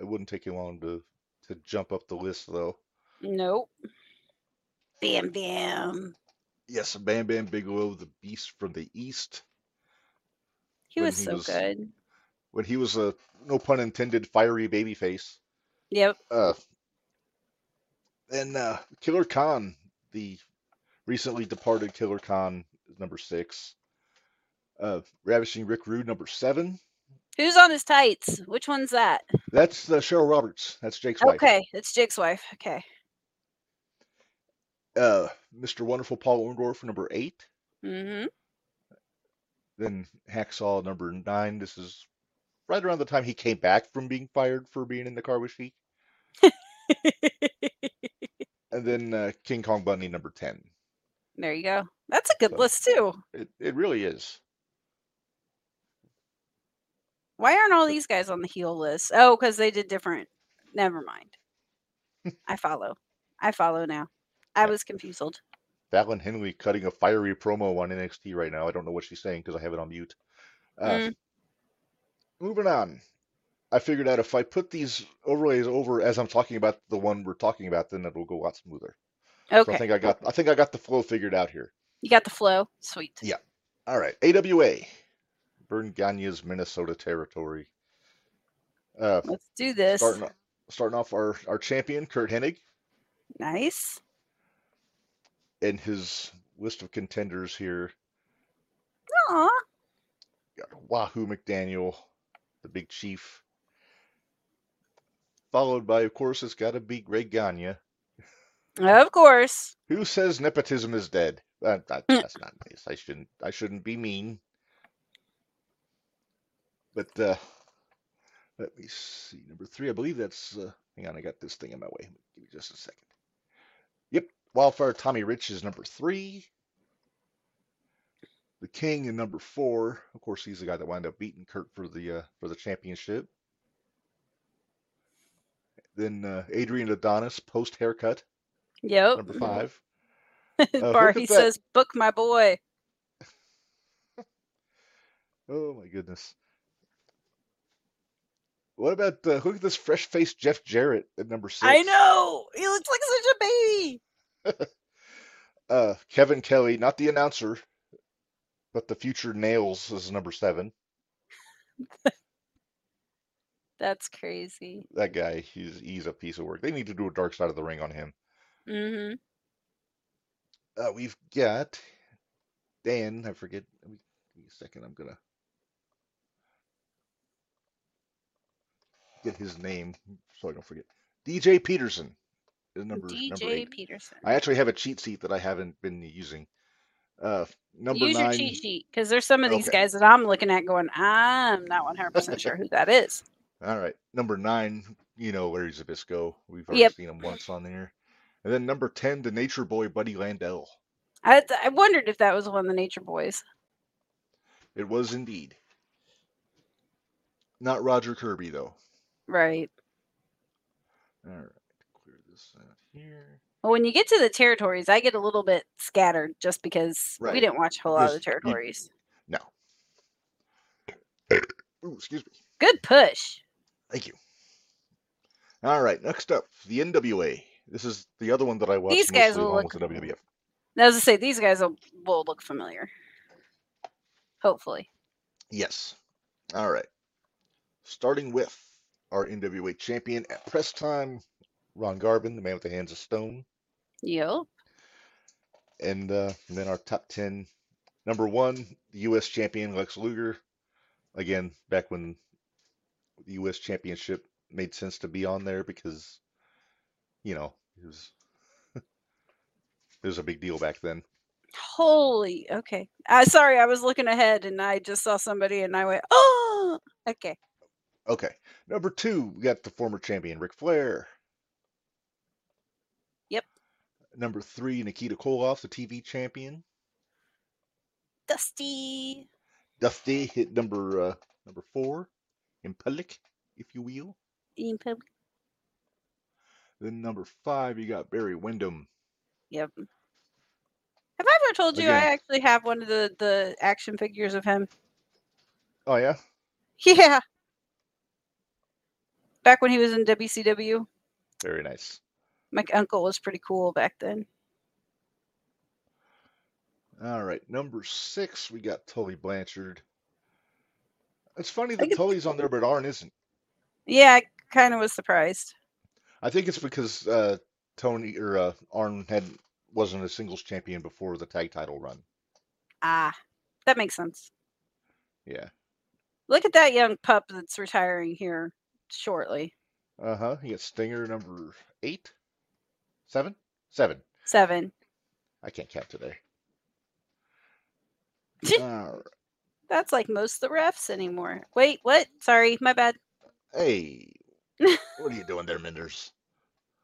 It wouldn't take you long to to jump up the list, though. Nope. Bam bam. Yes, Bam Bam Bigelow, the Beast from the East. He When was he so was- good. When he was a, no pun intended, fiery babyface. Yep. Uh, and uh, Killer Khan, the recently departed Killer Khan, is number six. Uh, Ravishing Rick Rude, number seven. Who's on his tights? Which one's that? That's uh, Cheryl Roberts. That's Jake's wife. Okay, it's Jake's wife. Okay. Uh, Mr. Wonderful Paul Orndorff, number eight. hmm Then Hacksaw, number nine. This is right around the time he came back from being fired for being in the car with Sheik. And then uh, King Kong Bundy, number 10. there you go. That's a good So- list too. It, it really is. Why aren't all these guys on the heel list? Oh, because they did different. Never mind. I follow. I follow now. I was confused. Fallon Henley cutting a fiery promo on NXT right now. I don't know what she's saying because I have it on mute. Uh, Mm. Moving on. I figured out if I put these overlays over as I'm talking about the one we're talking about, then it'll go a lot smoother. So I Okay. think I got I think I got the flow figured out here. You got the flow. Sweet. Yeah. All right, AWA, Vern Gagne's Minnesota territory. Uh, Let's do this. starting o- starting off our our champion Kurt Hennig Nice. and his list of contenders here. Aw. Got Wahoo McDaniel, the Big Chief, followed by of course it's got to be Greg Gagne. Of course. Who says nepotism is dead? That, that, that's not nice. I shouldn't. I shouldn't be mean. But uh, let me see. Number three, I believe that's. Uh, hang on, I got this thing in my way. Give me just a second. Yep, Wildfire Tommy Rich is number three. The King in number four. Of course, he's the guy that wound up beating Kurt for the uh, for the championship. Then uh, Adrian Adonis post haircut Yep. number five. Uh, look Bar at he that. says, book my boy. Oh my goodness. What about uh, look at this fresh-faced Jeff Jarrett at number six. I know. He looks like such a baby. Uh, Kevin Kelly, not the announcer, but the future Nails is number seven. That's crazy. That guy, he's he's a piece of work. They need to do a Dark Side of the Ring on him. hmm Uh, we've got Dan. I forget. Let me, give me a second. I'm gonna get his name so I don't forget. DJ Peterson is number number eight. DJ Peterson. I actually have a cheat sheet that I haven't been using. Uh, number Use your nine. cheat sheet because there's some of these Okay. guys that I'm looking at going, I'm not 100% sure who that is. All right. Number nine, you know Larry Zabisco. We've already Yep. seen him once on there. And then number 10, the Nature Boy Buddy Landell. I, th- I wondered if that was one of the Nature Boys. It was indeed. Not Roger Kirby, though. Right. All right. Clear this out here. Well, when you get to the territories, I get a little bit scattered just because we Right. didn't watch a whole lot of the There's- you- territories. No. Ooh, excuse me. Good push. Thank you. All right. Next up, the NWA. This is the other one that I watched These guys mostly will along look- with the WWF. Now, as I say, these guys will, will look familiar. Hopefully. Yes. All right. Starting with our NWA champion at press time, Ron Garbin, the man with the hands of stone, Yep. and, uh, and then our top 10. Number one, the U.S. champion Lex Luger. Again, back when the U.S. championship made sense to be on there because, you know, it was it was a big deal back then. Holy. Okay. I sorry, I was looking ahead and I just saw somebody and I went, "Oh." Okay. Okay, number two, we got the former champion Ric Flair. Yep. Number three, Nikita Koloff, the TV champion. Dusty. Dusty hit number uh, number four in public, if you will. In public. Then number five, you got Barry Windham. Yep. Have I ever told you I Again. actually have one of the the action figures of him? Oh yeah, Yeah. Back when he was in WCW, very nice. my uncle was pretty cool back then. All right, number six, we got Tully Blanchard. It's funny think that it's- Tully's on there, but Arn isn't. Yeah, I kind of was surprised. I think it's because uh, Tony or uh, Arn had wasn't a singles champion before the tag title run. Ah, that makes sense. Yeah. Look at that young pup that's retiring here shortly. Uh huh. You got Stinger number eight, seven, seven. Seven. I can't count today. All right. That's like most of the refs anymore. Wait, what? Sorry, my bad. Hey, what are you doing there, Menders?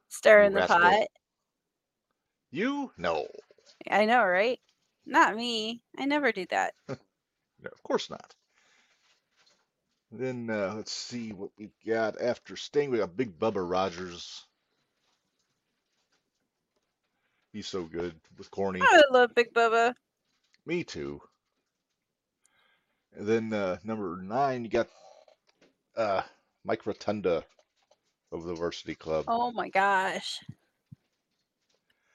Stirring the rascal. pot. You? No. I know, right? Not me. I never do that. No, of course not. Then uh, let's see what we got after Sting. We got Big Bubba Rogers. He's so good with Corny. I love Big Bubba. Me too. And then uh, number nine, you got uh, Mike Rotunda of the Varsity Club. Oh my gosh.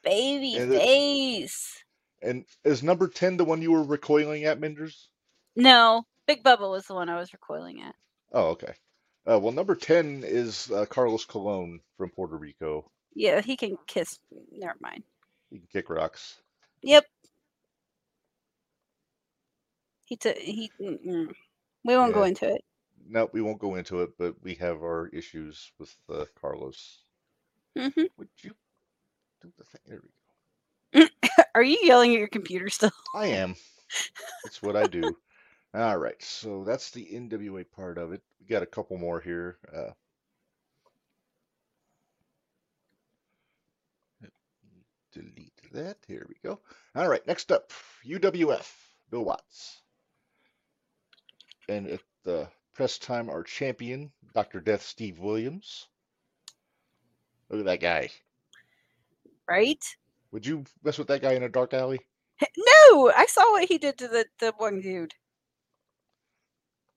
Baby And it- face. And is number 10 the one you were recoiling at, Menders? No, Big Bubba was the one I was recoiling at. Oh, okay. Uh, well, number 10 is uh, Carlos Colon from Puerto Rico. Yeah, he can kiss. Never mind. He can kick rocks. Yep. He took. He. Mm-mm. We won't go Yeah. into it. No, we won't go into it, but we have our issues with uh, Carlos. hmm Would you do the thing? There we go. Are you yelling at your computer still? I am. That's what I do. All right, so that's the NWA part of it. We got a couple more here. Uh, let me delete that. Here we go. All right, next up, UWF, Bill Watts. And at the press time, our champion, Dr. Death Steve Williams. Look at that guy. Right? Would you mess with that guy in a dark alley? No, I saw what he did to the the one dude.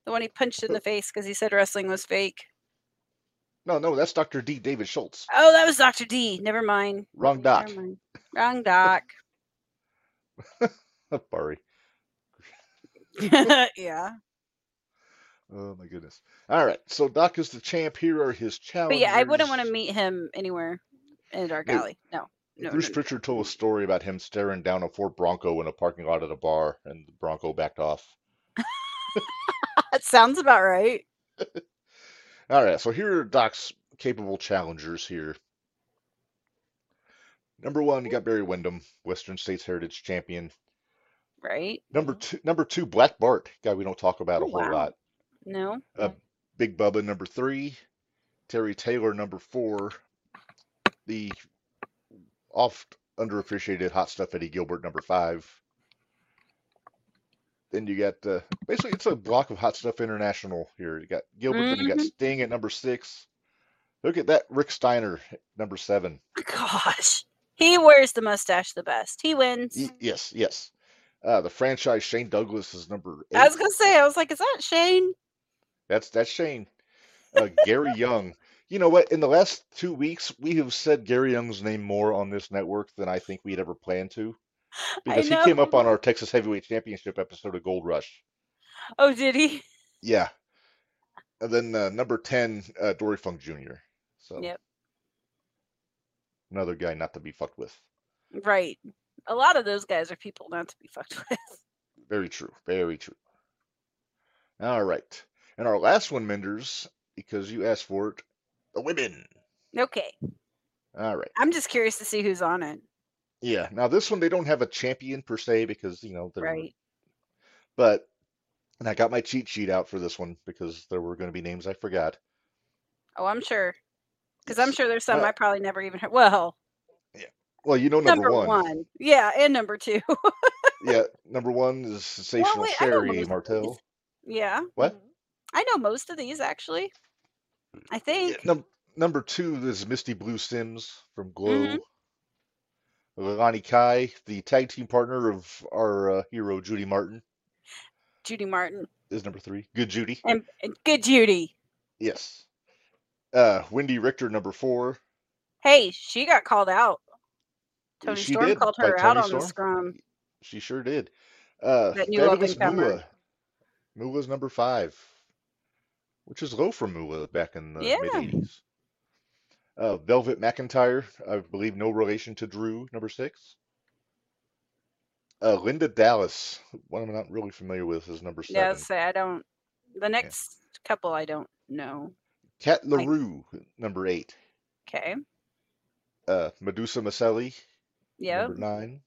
The one he punched Uh. in the face because he said wrestling was fake. No, no, that's Dr. D. David Schultz. Oh, that was Doctor D. Never mind. Wrong doc. Never mind. Wrong doc. Sorry. yeah. Oh my goodness. All right. So Doc is the champ. Here are his But challenges. yeah, I wouldn't want to meet him anywhere in a dark No. alley. No. No, Bruce no, no. Pritchard told a story about him staring down a Ford Bronco in a parking lot at a bar, and the Bronco backed off. That sounds about right. All right. So here are Doc's capable challengers here. Number one, you got Barry Windham, Western States Heritage Champion. Right? Number two, number two, Black Bart, guy we don't talk about a Mm-hmm. Oh, whole wow. lot. No. Uh, Big Bubba number three, Terry Taylor number four, the oft underappreciated hot stuff Eddie Gilbert number five. Then you got uh, basically it's a block of hot stuff international here. You got Gilbert, then you got Mhm. Sting at number six. Look at that, Rick Steiner at number seven. Oh Gosh. He wears the mustache the best. He wins. Y- yes, yes. Uh, the franchise Shane Douglas is number eight. I was gonna say, I was like, is that Shane? That's that's Shane. Uh, Gary Young. You know what? In the last two weeks, we have said Gary Young's name more on this network than I think we'd ever planned to, because he came know. up on our Texas Heavyweight Championship episode of Gold Rush. Oh, did he? Yeah. And then uh, number ten, uh, Dory Funk Jr. So Yep. another guy not to be fucked with. Right. A lot of those guys are people not to be fucked with. Very true. Very true. All right. And our last one, Menders, because you asked for it, The women. Okay. All right. I'm just curious to see who's on it. Yeah. Now this one they don't have a champion per se because you know there were- Right. but and I got my cheat sheet out for this one because there were going to be names I forgot. Oh, I'm sure. Because I'm Yes. sure there's some Uh, I probably never even heard. Well, Well, you know number, number one. Yeah, and number two. Yeah, number one is sensational wait, I know most Sherry of Martel. yeah. What? Mm, I know most of these actually. I think. Yeah, num- number two is Misty Blue Sims from Mm-hmm. Glow. Lonnie Kai, the tag team partner of our uh, hero Judy Martin, Judy Martin. is number three. Good Judy. And, and good Judy. Yes. Uh, Wendy Richter, number four. Hey, she got called out. Tony She Storm did, called by her out Toni on the Storm. scrum. She sure did. Uh, That new Fabulous up-and-comer. Moolah. Moolah's number five, which is low for Moolah back in the Yeah. mid 80s. Uh, Velvet McIntyre, I believe no relation to Drew, number six. Uh, Linda Dallas, one I'm not really familiar with, is number Yeah, seven. I'd say I don't. The next couple I don't know. Kat LaRue, number eight. Okay. Uh, Medusa Maselli, Yeah. number nine.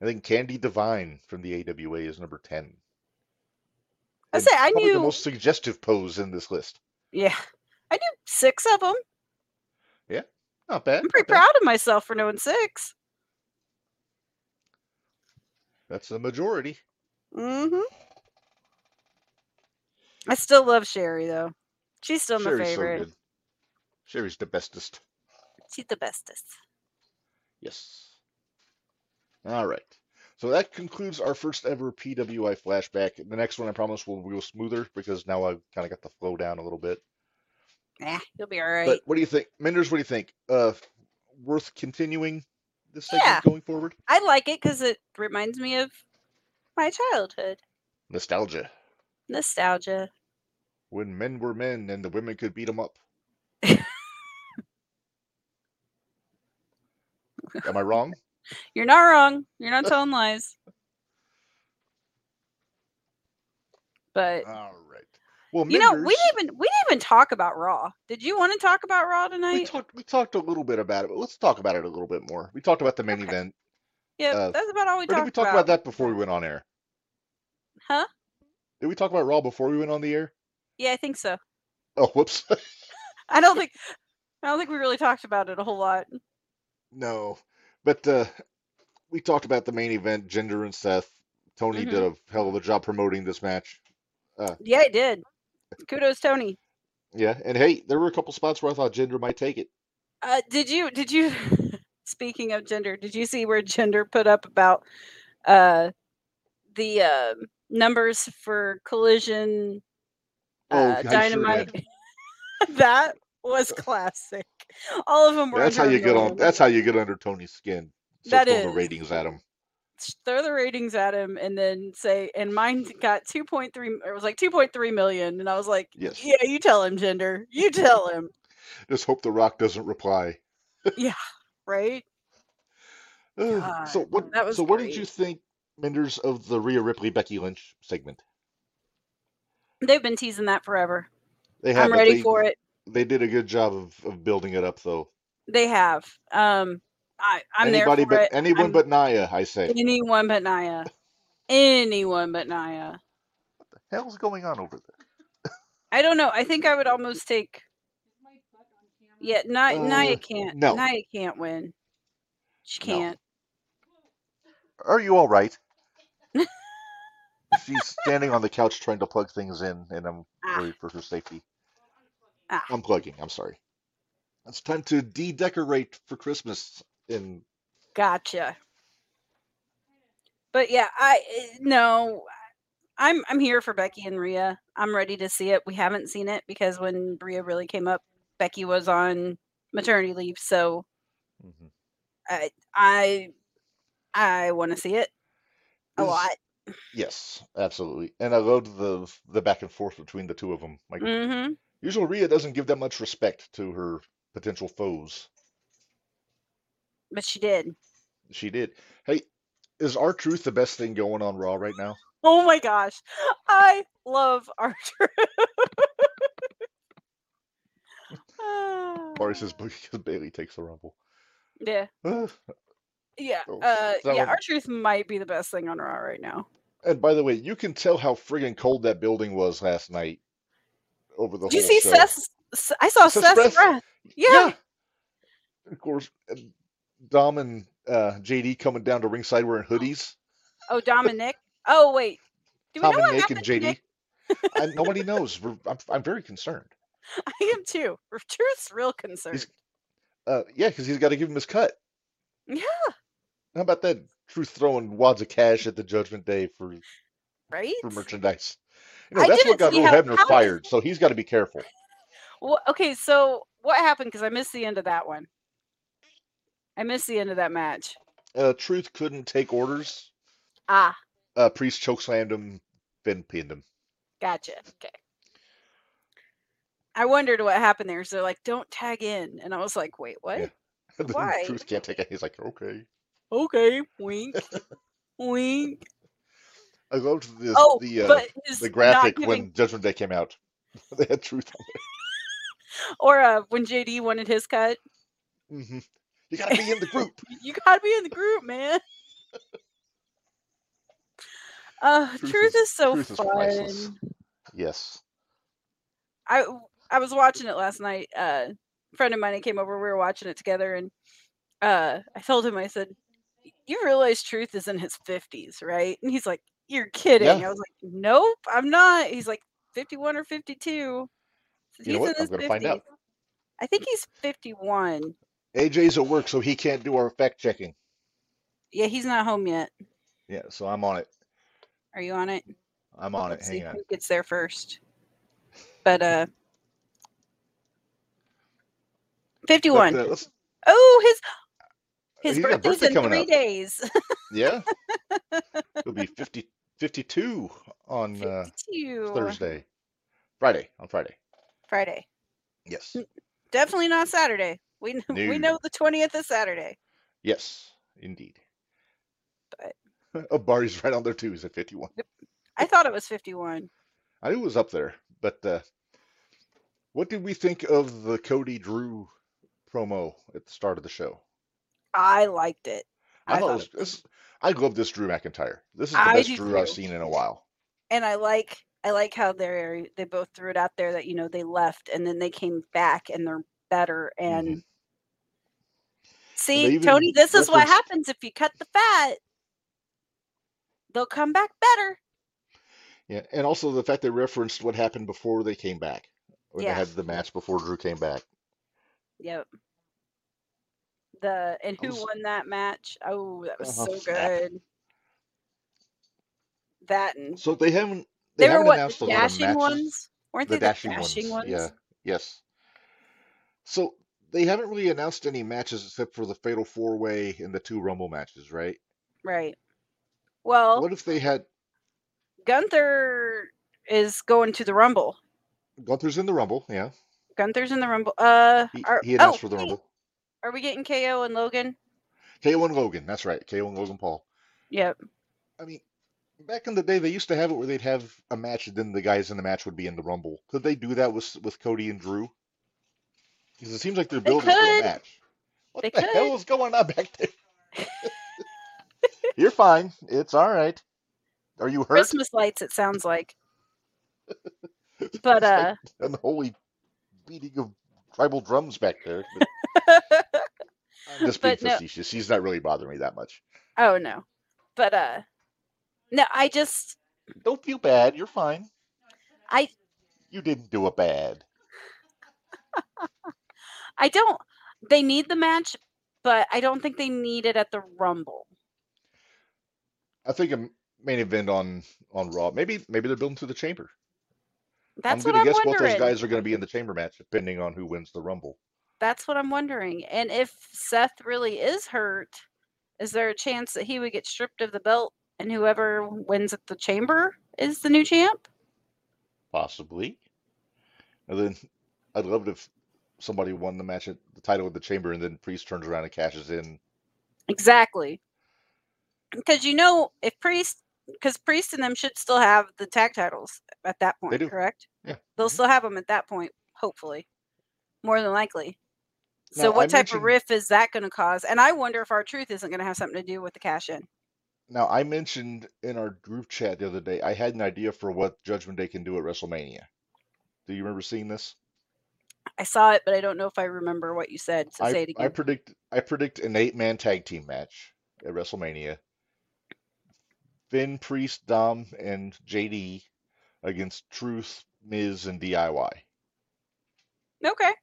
And then Candy Divine from the AWA is number 10. I And say I probably the knew- most suggestive pose in this list. Yeah. I knew six of them. Not bad. I'm pretty not bad. proud of myself for knowing six. That's the majority. Mm-hmm. I still love Sherry though. She's still my Sherry's so favorite. good. Sherry's the bestest. She's the bestest. Yes. All right. So that concludes our first ever PWI flashback. The next one, I promise, will will smoother because now I've kind of got the flow down a little bit. Nah, you'll be all right. But what do you think, Menders? What do you think? Uh, worth continuing this segment Yeah. going forward? I like it because it reminds me of my childhood Nostalgia. nostalgia. When men were men and the women could beat them up. Am I wrong? You're not wrong. You're not telling lies. But All right. Well, you know, we Menders- didn't even we didn't even talk about Raw. Did you want to talk about Raw we tonight? talked we talked a little bit about it, but let's talk about it a little bit more. We talked about the main event. Yeah, uh, that's about all we Or did talked we talk about that before we went on air? Huh? Did we talk about Raw before we went on the air? Yeah, I think so. Oh, whoops. I don't think I don't think we really talked about it a whole lot. No. But uh we talked about the main event, Jinder and Seth. Tony did Mm-hmm. a hell of a job promoting this match. Yeah, it did. Kudos, Tony. Yeah, and hey, there were a couple spots where I thought Jinder might take it. Uh, did you did you speaking of gender, did you see where gender put up about uh the um numbers for collision Oh, uh, I sure Uh, dynamite? that was classic. All of them were That's how you get on adrenaline. that's how you get under Tony's skin. Start That throwing the is. ratings at him. s- throw the ratings at him and then say and mine got 2.3 or it was like 2.3 million and i was like Yes. yeah you tell him gender you tell him Just hope The Rock doesn't reply. right Ugh, God, so what that was so what did you great. think, Menders, of the Rhea Ripley Becky Lynch segment? they've been teasing that forever They i'm but ready they- for it they did a good job of, of building it up though. they have um i i'm Anybody there for but it anyone I'm- but Naya, I say. anyone but naya anyone but naya Hell's going on over there. i don't know i think i would almost take yeah Ni- naya Uh, can't no. naya can't win she No. can't Are you all right? She's standing on the couch trying to plug things in, and I'm Ah. worried for her safety. Ah. I'm plugging. I'm sorry. It's time to de-decorate for Christmas. And Gotcha. But yeah, I eh, no, I'm I'm here for Becky and Rhea. I'm ready to see it. We haven't seen it because when Rhea really came up, Becky was on maternity leave, so I I I want to see it a Is- lot. yes, absolutely. And I loved the the back and forth between the two of them. Like hmm usually, Rhea doesn't give that much respect to her potential foes. But she did. She did. Hey, is our truth the best thing going on Raw right now? Oh my gosh, I love Archer. Barty says Boogie because Bailey takes the Rumble. Yeah. Ah, Yeah. So, Uh, Oh, that yeah. would- Our truth might be the best thing on Raw right now. and by the way, you can tell how friggin' cold that building was last night over the Did you whole see show. Seth's? S- I saw Seth's Seth's breath. breath? Yeah. Of course, and Dom and uh, JD coming down to ringside wearing hoodies. Oh, Dominic. Oh, wait. Do we Tom know what and Nick and happened to JD. Nick? I, nobody knows. We're, I'm, I'm very concerned. I am too. Truth's real concerned. Uh, yeah, because he's got to give him his cut. Yeah. How about that? Truth throwing wads of cash at the Judgment Day for Right? for merchandise. You know, I that's what didn't got see Earl how- Hebner how is- fired, so he's got to be careful. Well, okay, so what happened? Because I missed the end of that one. I missed the end of that match. Uh, Truth couldn't take orders. Ah, Uh, Priest chokeslammed him, Finn pinned him. gotcha. Okay. I wondered what happened there. So they're like, don't tag in. And I was like, wait, what? Yeah. Then Why? Truth can't take it. He's like, okay. Okay, wink, wink. I loved this, Oh, the uh, but his the not graphic giving- when Judgment Day came out. they had Truth or uh, when JD wanted his cut. on it. Mhm. You got to be in the group. You gotta be in the group, man. Uh, Truth truth, is- is, so truth is fun. priceless. Yes. I I was watching it last night. Uh, a friend of mine that came over. We were watching it together, and uh, I told him, I said, "Y- "You realize Truth is in his fifties, right?" And he's like, "You're kidding." Yeah. I was like, "Nope, I'm not." He's like, "51 or 52." He's You know what? in I'm his gonna find out. 50s. I think he's 51. AJ's at work, so he can't do our fact checking. Yeah, he's not home yet. Yeah, so I'm on it. Are you on it? I'm on Let's it. see Hang on. who gets there first. But uh, But, fifty-one. uh, let's- oh, his his he's got a birthday's birthday in coming three up. days. yeah. It'll be 50, 52 on uh, Fifty-two. Thursday. Friday. On Friday. Friday. Yes. Hmm. Definitely not Saturday. We kn- No. we know the twentieth is Saturday. Yes, indeed. oh, Barry's right on there too. He's at 51. I thought it was fifty-one. I knew it was up there, but uh, what did we think of the Cody Drew promo at the start of the show? I liked it. I, I thought it thought was, this, I love this Drew McIntyre. This is the I best do Drew I've too. seen in a while. and I like I like how they they both threw it out there that you know they left and then they came back and they're better and see Mm-hmm. even Tony this is what referenced- happens if you cut the fat they'll come back better Yeah, and also the fact they referenced what happened before they came back, when Yeah. they had the match before Drew came back. Mm-hmm. yep the and who was- won that match oh that was Uh-huh. so good that and So they haven't they, they, were haven't what announced the a lot of dashing matches. ones weren't The they dashing, the dashing ones. ones, Yeah. Yes. So they haven't really announced any matches except for the Fatal Four Way and the two Rumble matches, right? right well What if they had Gunther is going to the Rumble Gunther's in the Rumble? Yeah. Gunther's in the Rumble. Uh, He, are, he oh, announced for the wait, Rumble. are we getting KO and Logan? KO and Logan. That's right. KO and Logan Paul. Yep. I mean, back in the day, they used to have it where they'd have a match and then the guys in the match would be in the Rumble. Could they do that with with Cody and Drew? Because it seems like they're They building for a could. match. What They the hell could. is going on back there? You're fine. It's all right. Are you hurt? Christmas lights. It sounds like. But uh, and the holy beating of tribal drums back there. but uh, I'm just being But no- facetious. He's not really bothering me that much. oh no, but uh, no. I just Don't feel bad. You're fine. I You didn't do a bad. I don't. They need the match, but I don't think they need it at the Rumble. I think a m- main event on on Raw. Maybe maybe they're building to the chamber. That's I'm what gonna I'm guess wondering. both those guys are gonna be in the chamber match, depending on who wins the rumble. That's what I'm wondering. And if Seth really is hurt, is there a chance that he would get stripped of the belt and whoever wins at the chamber is the new champ? Possibly. And then I'd love it if somebody won the match at the title of the chamber and then Priest turns around and cashes in. Exactly. Because you know, if Priest, because Priest and them should still have the tag titles at that point, do. correct? Yeah. They'll Mhm. still have them at that point, hopefully. More than likely. So Now, I what type mentioned- of riff is that going to cause? And I wonder if our truth isn't going to have something to do with the cash in. Now, I mentioned in our group chat the other day, I had an idea for what Judgment Day can do at WrestleMania. Do you remember seeing this? I saw it, but I don't know if I remember what you said. So I, say it I again. predict I predict an eight man tag team match at WrestleMania. Finn Priest, Dom, and JD against Truth, Miz, and DIY. okay,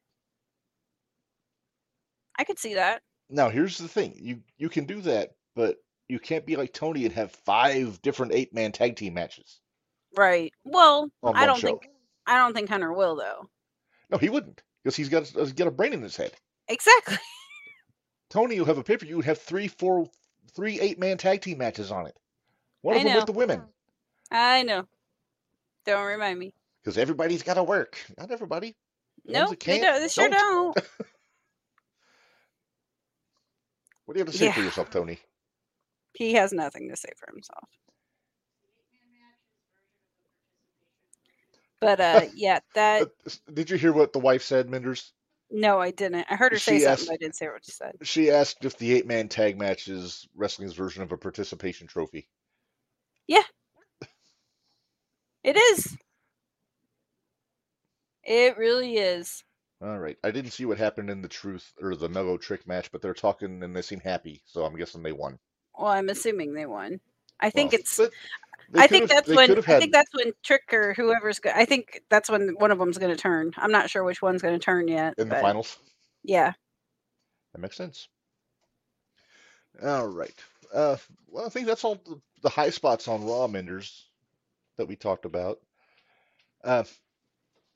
I could see that. Now, here's the thing. You you can do that, but you can't be like Tony and have five different eight man tag team matches Right. Well, on I one don't show. think I don't think Hunter will though. No, he wouldn't, because he's got he's got a brain in his head. Exactly. Tony will have a pay per view and have three, four, three eight man tag team matches on it. One of I them know. with the women, I know. Don't remind me. because everybody's got to work. Not everybody. The ones No, that they, can't, don't, they sure don't. don't. What do you have to say for Yeah. yourself, Tony? He has nothing to say for himself. But uh, yeah, that Uh, s- Did you hear what the wife said, Menders? no, I didn't. I heard her say She something, asked- but I didn't say what she said. She asked if the eight man tag match is wrestling's version of a participation trophy. It is. It really is. All right. I didn't see what happened in the truth or the mellow trick match, but they're talking and they seem happy, so I'm guessing they won. Well, I'm assuming they won. I think Well, it's. but they I could think have- that's they when. could have I think had- that's when Trick or whoever's. Go- I think that's when one of them's going to turn. I'm not sure which one's going to turn yet. in the but finals. Yeah. That makes sense. All right. Uh, well, I think that's all the, the high spots on Raw Menders that we talked about. Uh,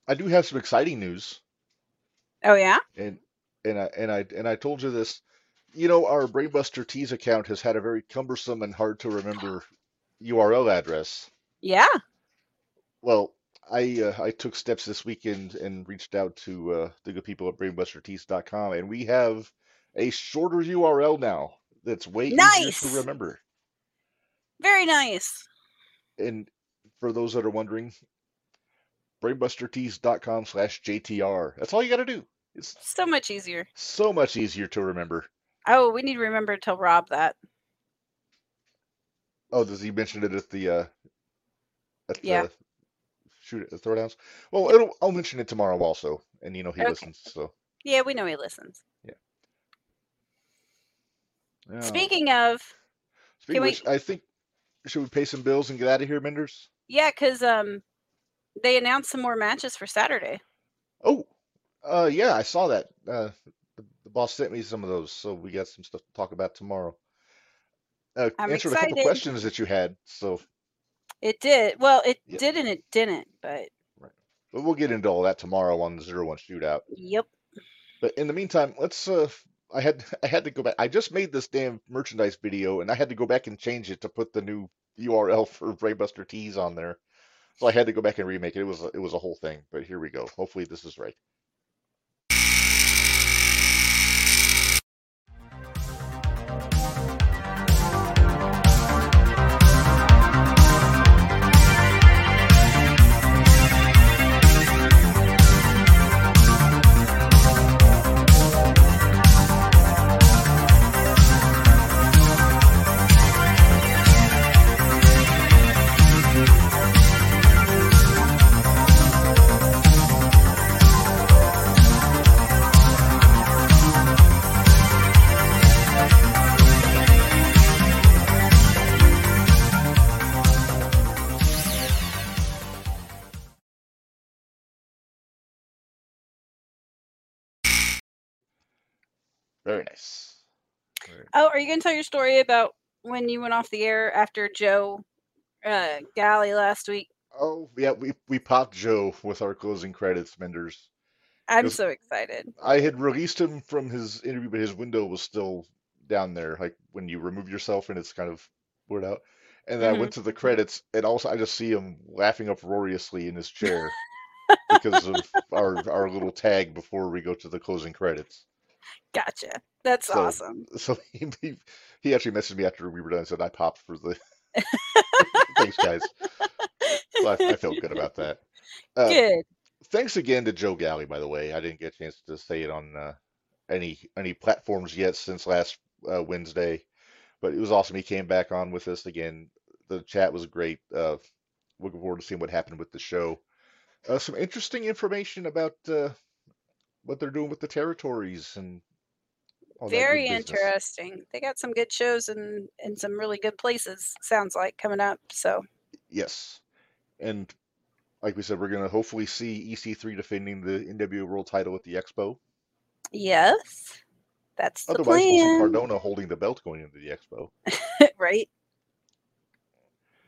I do have some exciting news, Oh yeah. and and I and I and I told you this. You know, our Brainbuster Tease account has had a very cumbersome and hard to remember URL address. Yeah. Well, I uh, I took steps this weekend and reached out to uh, the good people at BrainbusterTees.com, and we have a shorter URL now that's way easier to Nice! remember. Very nice. And for those that are wondering, brainbustertees.com slash JTR. That's all you got to do. It's So much easier. so much easier to remember. Oh, we need to remember to tell Rob that. Oh, does he mention it at the uh at Yeah. the shoot at the throwdowns? Well, it'll I'll mention it tomorrow also, and you know he Okay. listens, so Yeah, we know he listens. yeah. Speaking of, Speaking of we- which, I think should we pay some bills and get out of here, Menders? yeah, because um, they announced some more matches for Saturday. Oh, uh yeah, I saw that. Uh the, the boss sent me some of those, so we got some stuff to talk about tomorrow. Uh, I'm answered a couple excited. questions that you had, so It did. Well, it Yep. did and it didn't. But But we'll get into all that tomorrow on the zero one shootout. yep. But in the meantime, let's uh I had I had to go back. I just made this damn merchandise video and I had to go back and change it to put the new URL for Brainbuster Tees on there. So I had to go back and remake it. It was a- it was a whole thing, but here we go. Hopefully this is right. Very nice. Very- Oh, are you going to tell your story about when you went off the air after Joe uh, Galley last week? Oh, yeah, we we popped Joe with our closing credits, Menders. I'm Yes. so excited. I had released him from his interview, but his window was still down there, like when you remove yourself and it's kind of blurred out. And then I went to the credits, and also I just see him laughing uproariously in his chair because of our our little tag before we go to the closing credits. Gotcha. That's So- awesome. So he he, he actually messaged me after we were done and said I popped for the thanks guys. So I, I felt good about that. Uh, Good. thanks again to Joe Galley, by the way. I didn't get a chance to say it on uh, any any platforms yet since last uh, Wednesday, but it was awesome. He came back on with us again. The chat was great. Uh, looking forward to seeing what happened with the show. Uh, some interesting information about uh, what they're doing with the territories and all that good Very business. interesting. They got some good shows and and some really good places. Sounds like coming up. So Yes, and like we said, we're gonna hopefully see EC3 defending the NWA World Title at the Expo. yes, that's the Otherwise, we'll see plan, Cardona holding the belt going into the Expo. right?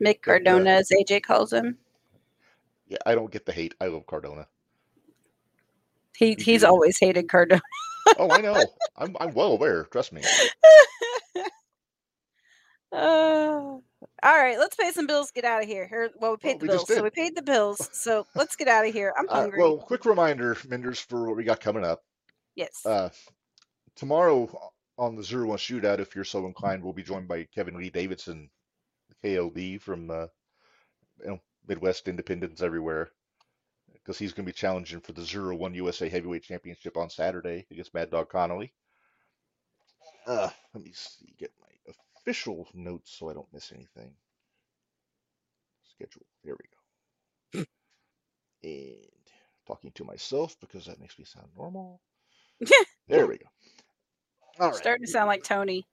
Mick But, uh, Cardona, as AJ calls him. Yeah, I don't get the hate. I love Cardona. He You he's do. always hated Cardona. Oh, I know. I'm I'm well aware. Trust me. Uh, all right, let's pay some bills. Get out of here. Here, well, we paid Well, the we just bills, so did. we paid the bills. So let's get out of here. I'm Uh, hungry. well, quick reminder, Menders, for what we got coming up. yes. Uh, tomorrow on the Zero One Shootout, if you're so inclined, we'll be joined by Kevin Lee Davidson, KLD from uh, you know, Midwest Independents everywhere, because he's going to be challenging for the Zero One USA Heavyweight Championship on Saturday against Mad Dog Connolly. Uh, let me see, get my official notes so I don't miss anything. Schedule. There we go. And talking to myself because that makes me sound normal. There we go. All right. Starting to sound like Tony.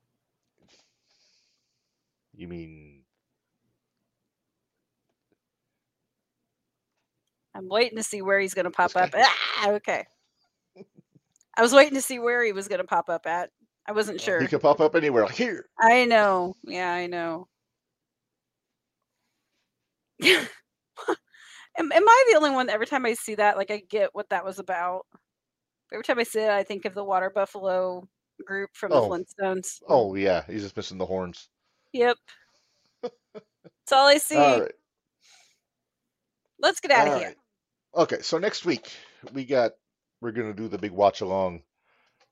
You mean I'm waiting to see where he's going to pop guy up. Ah, okay. I was waiting to see where he was going to pop up at. I wasn't uh, sure. he can pop up anywhere? Like, Here. I know. Yeah, I know. am, am I the only one? Every time I see that, like, I get what that was about. Every time I see it, I think of the Water Buffalo group from Oh. the Flintstones. Oh yeah, he's just missing the horns. Yep. That's all I see. All right. Let's get out all of here. right. Okay, so next week we got we're gonna do the big watch along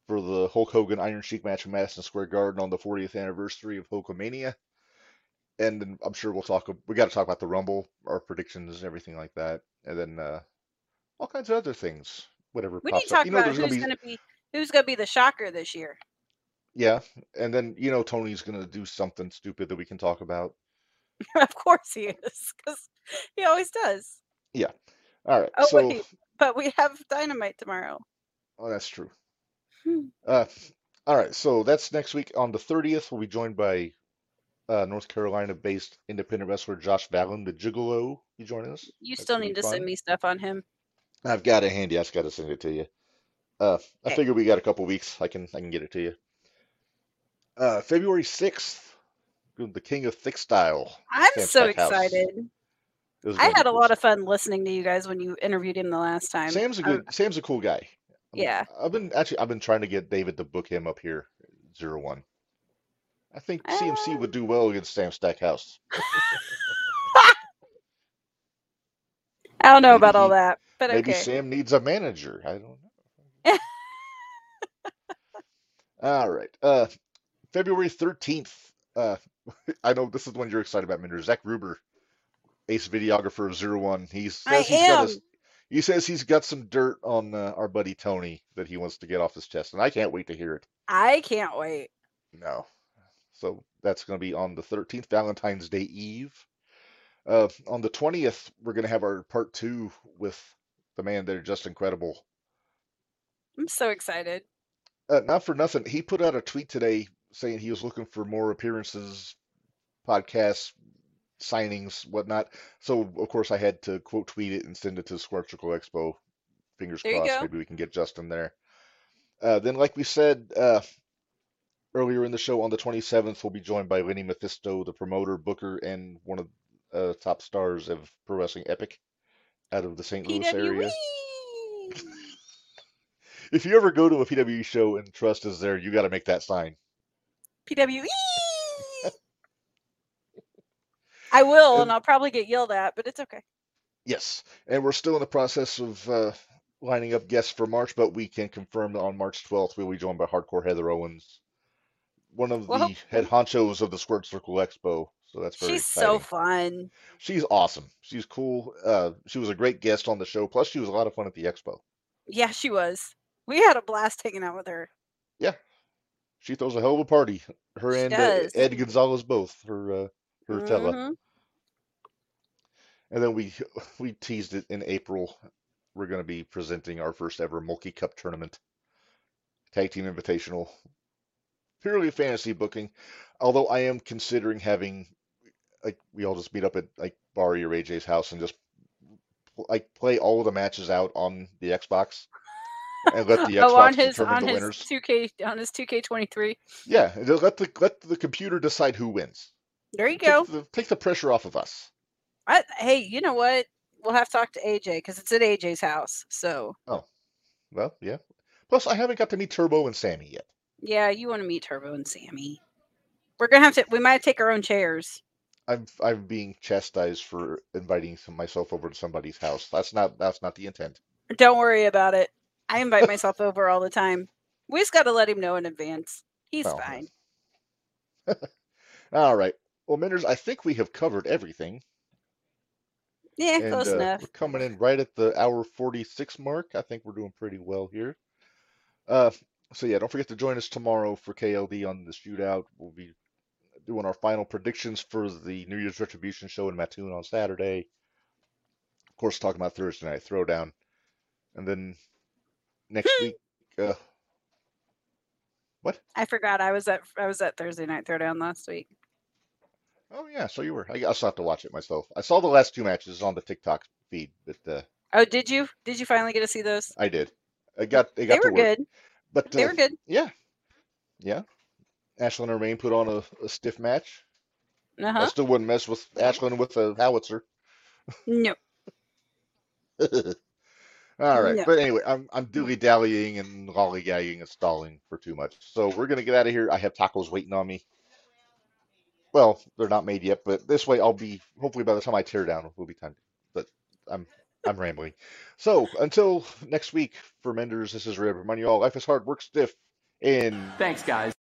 for the Hulk Hogan Iron Sheik match in Madison Square Garden on the 40th anniversary of Hulkamania. And then I'm sure we'll talk. ab- We got to talk about the Rumble, our predictions, and everything like that, and then uh, all kinds of other things. Whatever We need pops to up. talk You know, about there's who's gonna be going to be who's going to be the shocker this year. yeah, and then you know Tony's gonna do something stupid that we can talk about. of course he is, because he always does. All right, Oh, so wait. But we have dynamite tomorrow. oh, that's true. Hmm. Uh, all right, so that's next week on the 30th. We'll be joined by uh, North Carolina-based independent wrestler Josh Valen, the Gigolo. You joining us? You That's still gonna need be to send fun. me stuff on him. I've got it handy. I just got to send it to you. Uh, I Okay. figure we got a couple weeks. I can I can get it to you. Uh, February 6th, good- the King of Thick Style. I'm Sam so Stackhouse. excited. This is I gonna be had a cool lot stuff. of fun listening to you guys when you interviewed him the last time. Sam's a Um, good Sam's a cool guy. I'm- yeah. I've been actually I've been trying to get David to book him up here, zero one. I think CMC Ah. would do well against Sam Stackhouse. I don't know Maybe about all he- that, but Maybe okay. Sam needs a manager. I don't know. All right. Uh, February 13th. Uh, I know this is when you're excited about Minder. Zach Ruber, ace videographer of Zero One. He I says he's got am. us. He says he's got some dirt on uh, our buddy Tony that he wants to get off his chest, and I can't wait to hear it. I can't wait. No. So that's going to be on the 13th, Valentine's Day Eve. Uh, on the 20th, we're going to have our part two with the man that are just incredible. I'm so excited. Uh, not for nothing. He put out a tweet today saying he was looking for more appearances, podcasts, signings, whatnot. So, of course, I had to quote tweet it and send it to Squartrical Expo. Fingers There you crossed, go. maybe we can get Justin there. Uh, then, like we said uh, earlier in the show, on the 27th, we'll be joined by Lenny Mephisto, the promoter, booker, and one of uh, top stars of Pro Wrestling Epic out of the St. Louis PWE. area. If you ever go to a PWE show and Trust is there, you got to make that sign. PWE. E. I will, and And- I'll probably get yelled at, but it's okay. Yes, and we're still in the process of uh, lining up guests for March, but we can confirm that on March 12th we'll be joined by Hardcore Heather Owens, one of Well, the head honchos of the Squirt Circle Expo. So that's very She's so exciting. fun. She's awesome. She's cool. Uh, she was a great guest on the show. Plus, she was a lot of fun at the expo. Yeah, she was. We had a blast hanging out with her. Yeah, she throws a hell of a party. Her She and uh, does. Ed Gonzalez both. Her uh, her Tella, Mhm. and then we we teased it in April. We're going to be presenting our first ever Multi Cup tournament, tag team invitational, purely fantasy booking. Although I am considering having like we all just meet up at like Barry or AJ's house and just like play all of the matches out on the Xbox and let the Oh, on Xbox his determine on the his winners. two K on his two K twenty three. Yeah, and just let the let the computer decide who wins. There you Take go. the take the pressure off of us. I, hey, you know what? We'll have to talk to AJ because it's at AJ's house. So Well, yeah. Plus, I haven't got to meet Turbo and Sammy yet. yeah, you want to meet Turbo and Sammy? We're gonna have to. We might take our own chairs. I'm I'm being chastised for inviting some, myself over to somebody's house. That's not that's not the intent. Don't worry about it. I invite myself over all the time. We just got to let him know in advance. He's Well, fine. all right. Well, Menders, I think we have covered everything, Yeah, and close uh, enough. we're coming in right at the hour 46 mark. I think we're doing pretty well here. Uh, so yeah, don't forget to join us tomorrow for KLD on the shootout. We'll be doing our final predictions for the New Year's Retribution show in Mattoon on Saturday. Of course, talking about Thursday night throwdown, and then Hmm. next week. Uh, what? I forgot I was at I was at Thursday night throwdown last week. Oh yeah, so you were. I guess I'll have to watch it myself. I saw the last two matches on the TikTok feed, but uh, Oh, did you? Did you finally get to see those? I did. I got. I They got to were work. good. But They uh, were good. yeah, yeah. Ashlyn and Rain put on a, a stiff match. Uh I huh. still wouldn't mess with Ashlyn with a howitzer. No. All right, No. but anyway, I'm I'm dilly dallying and lollygagging and stalling for too much. So we're gonna get out of here. I have tacos waiting on me. Well, they're not made yet, but this way I'll be hopefully by the time I tear down, we'll be time. But I'm I'm rambling. So until next week, for Menders, this is Rib. Reminding you all, life is hard, work stiff, and Thanks, guys.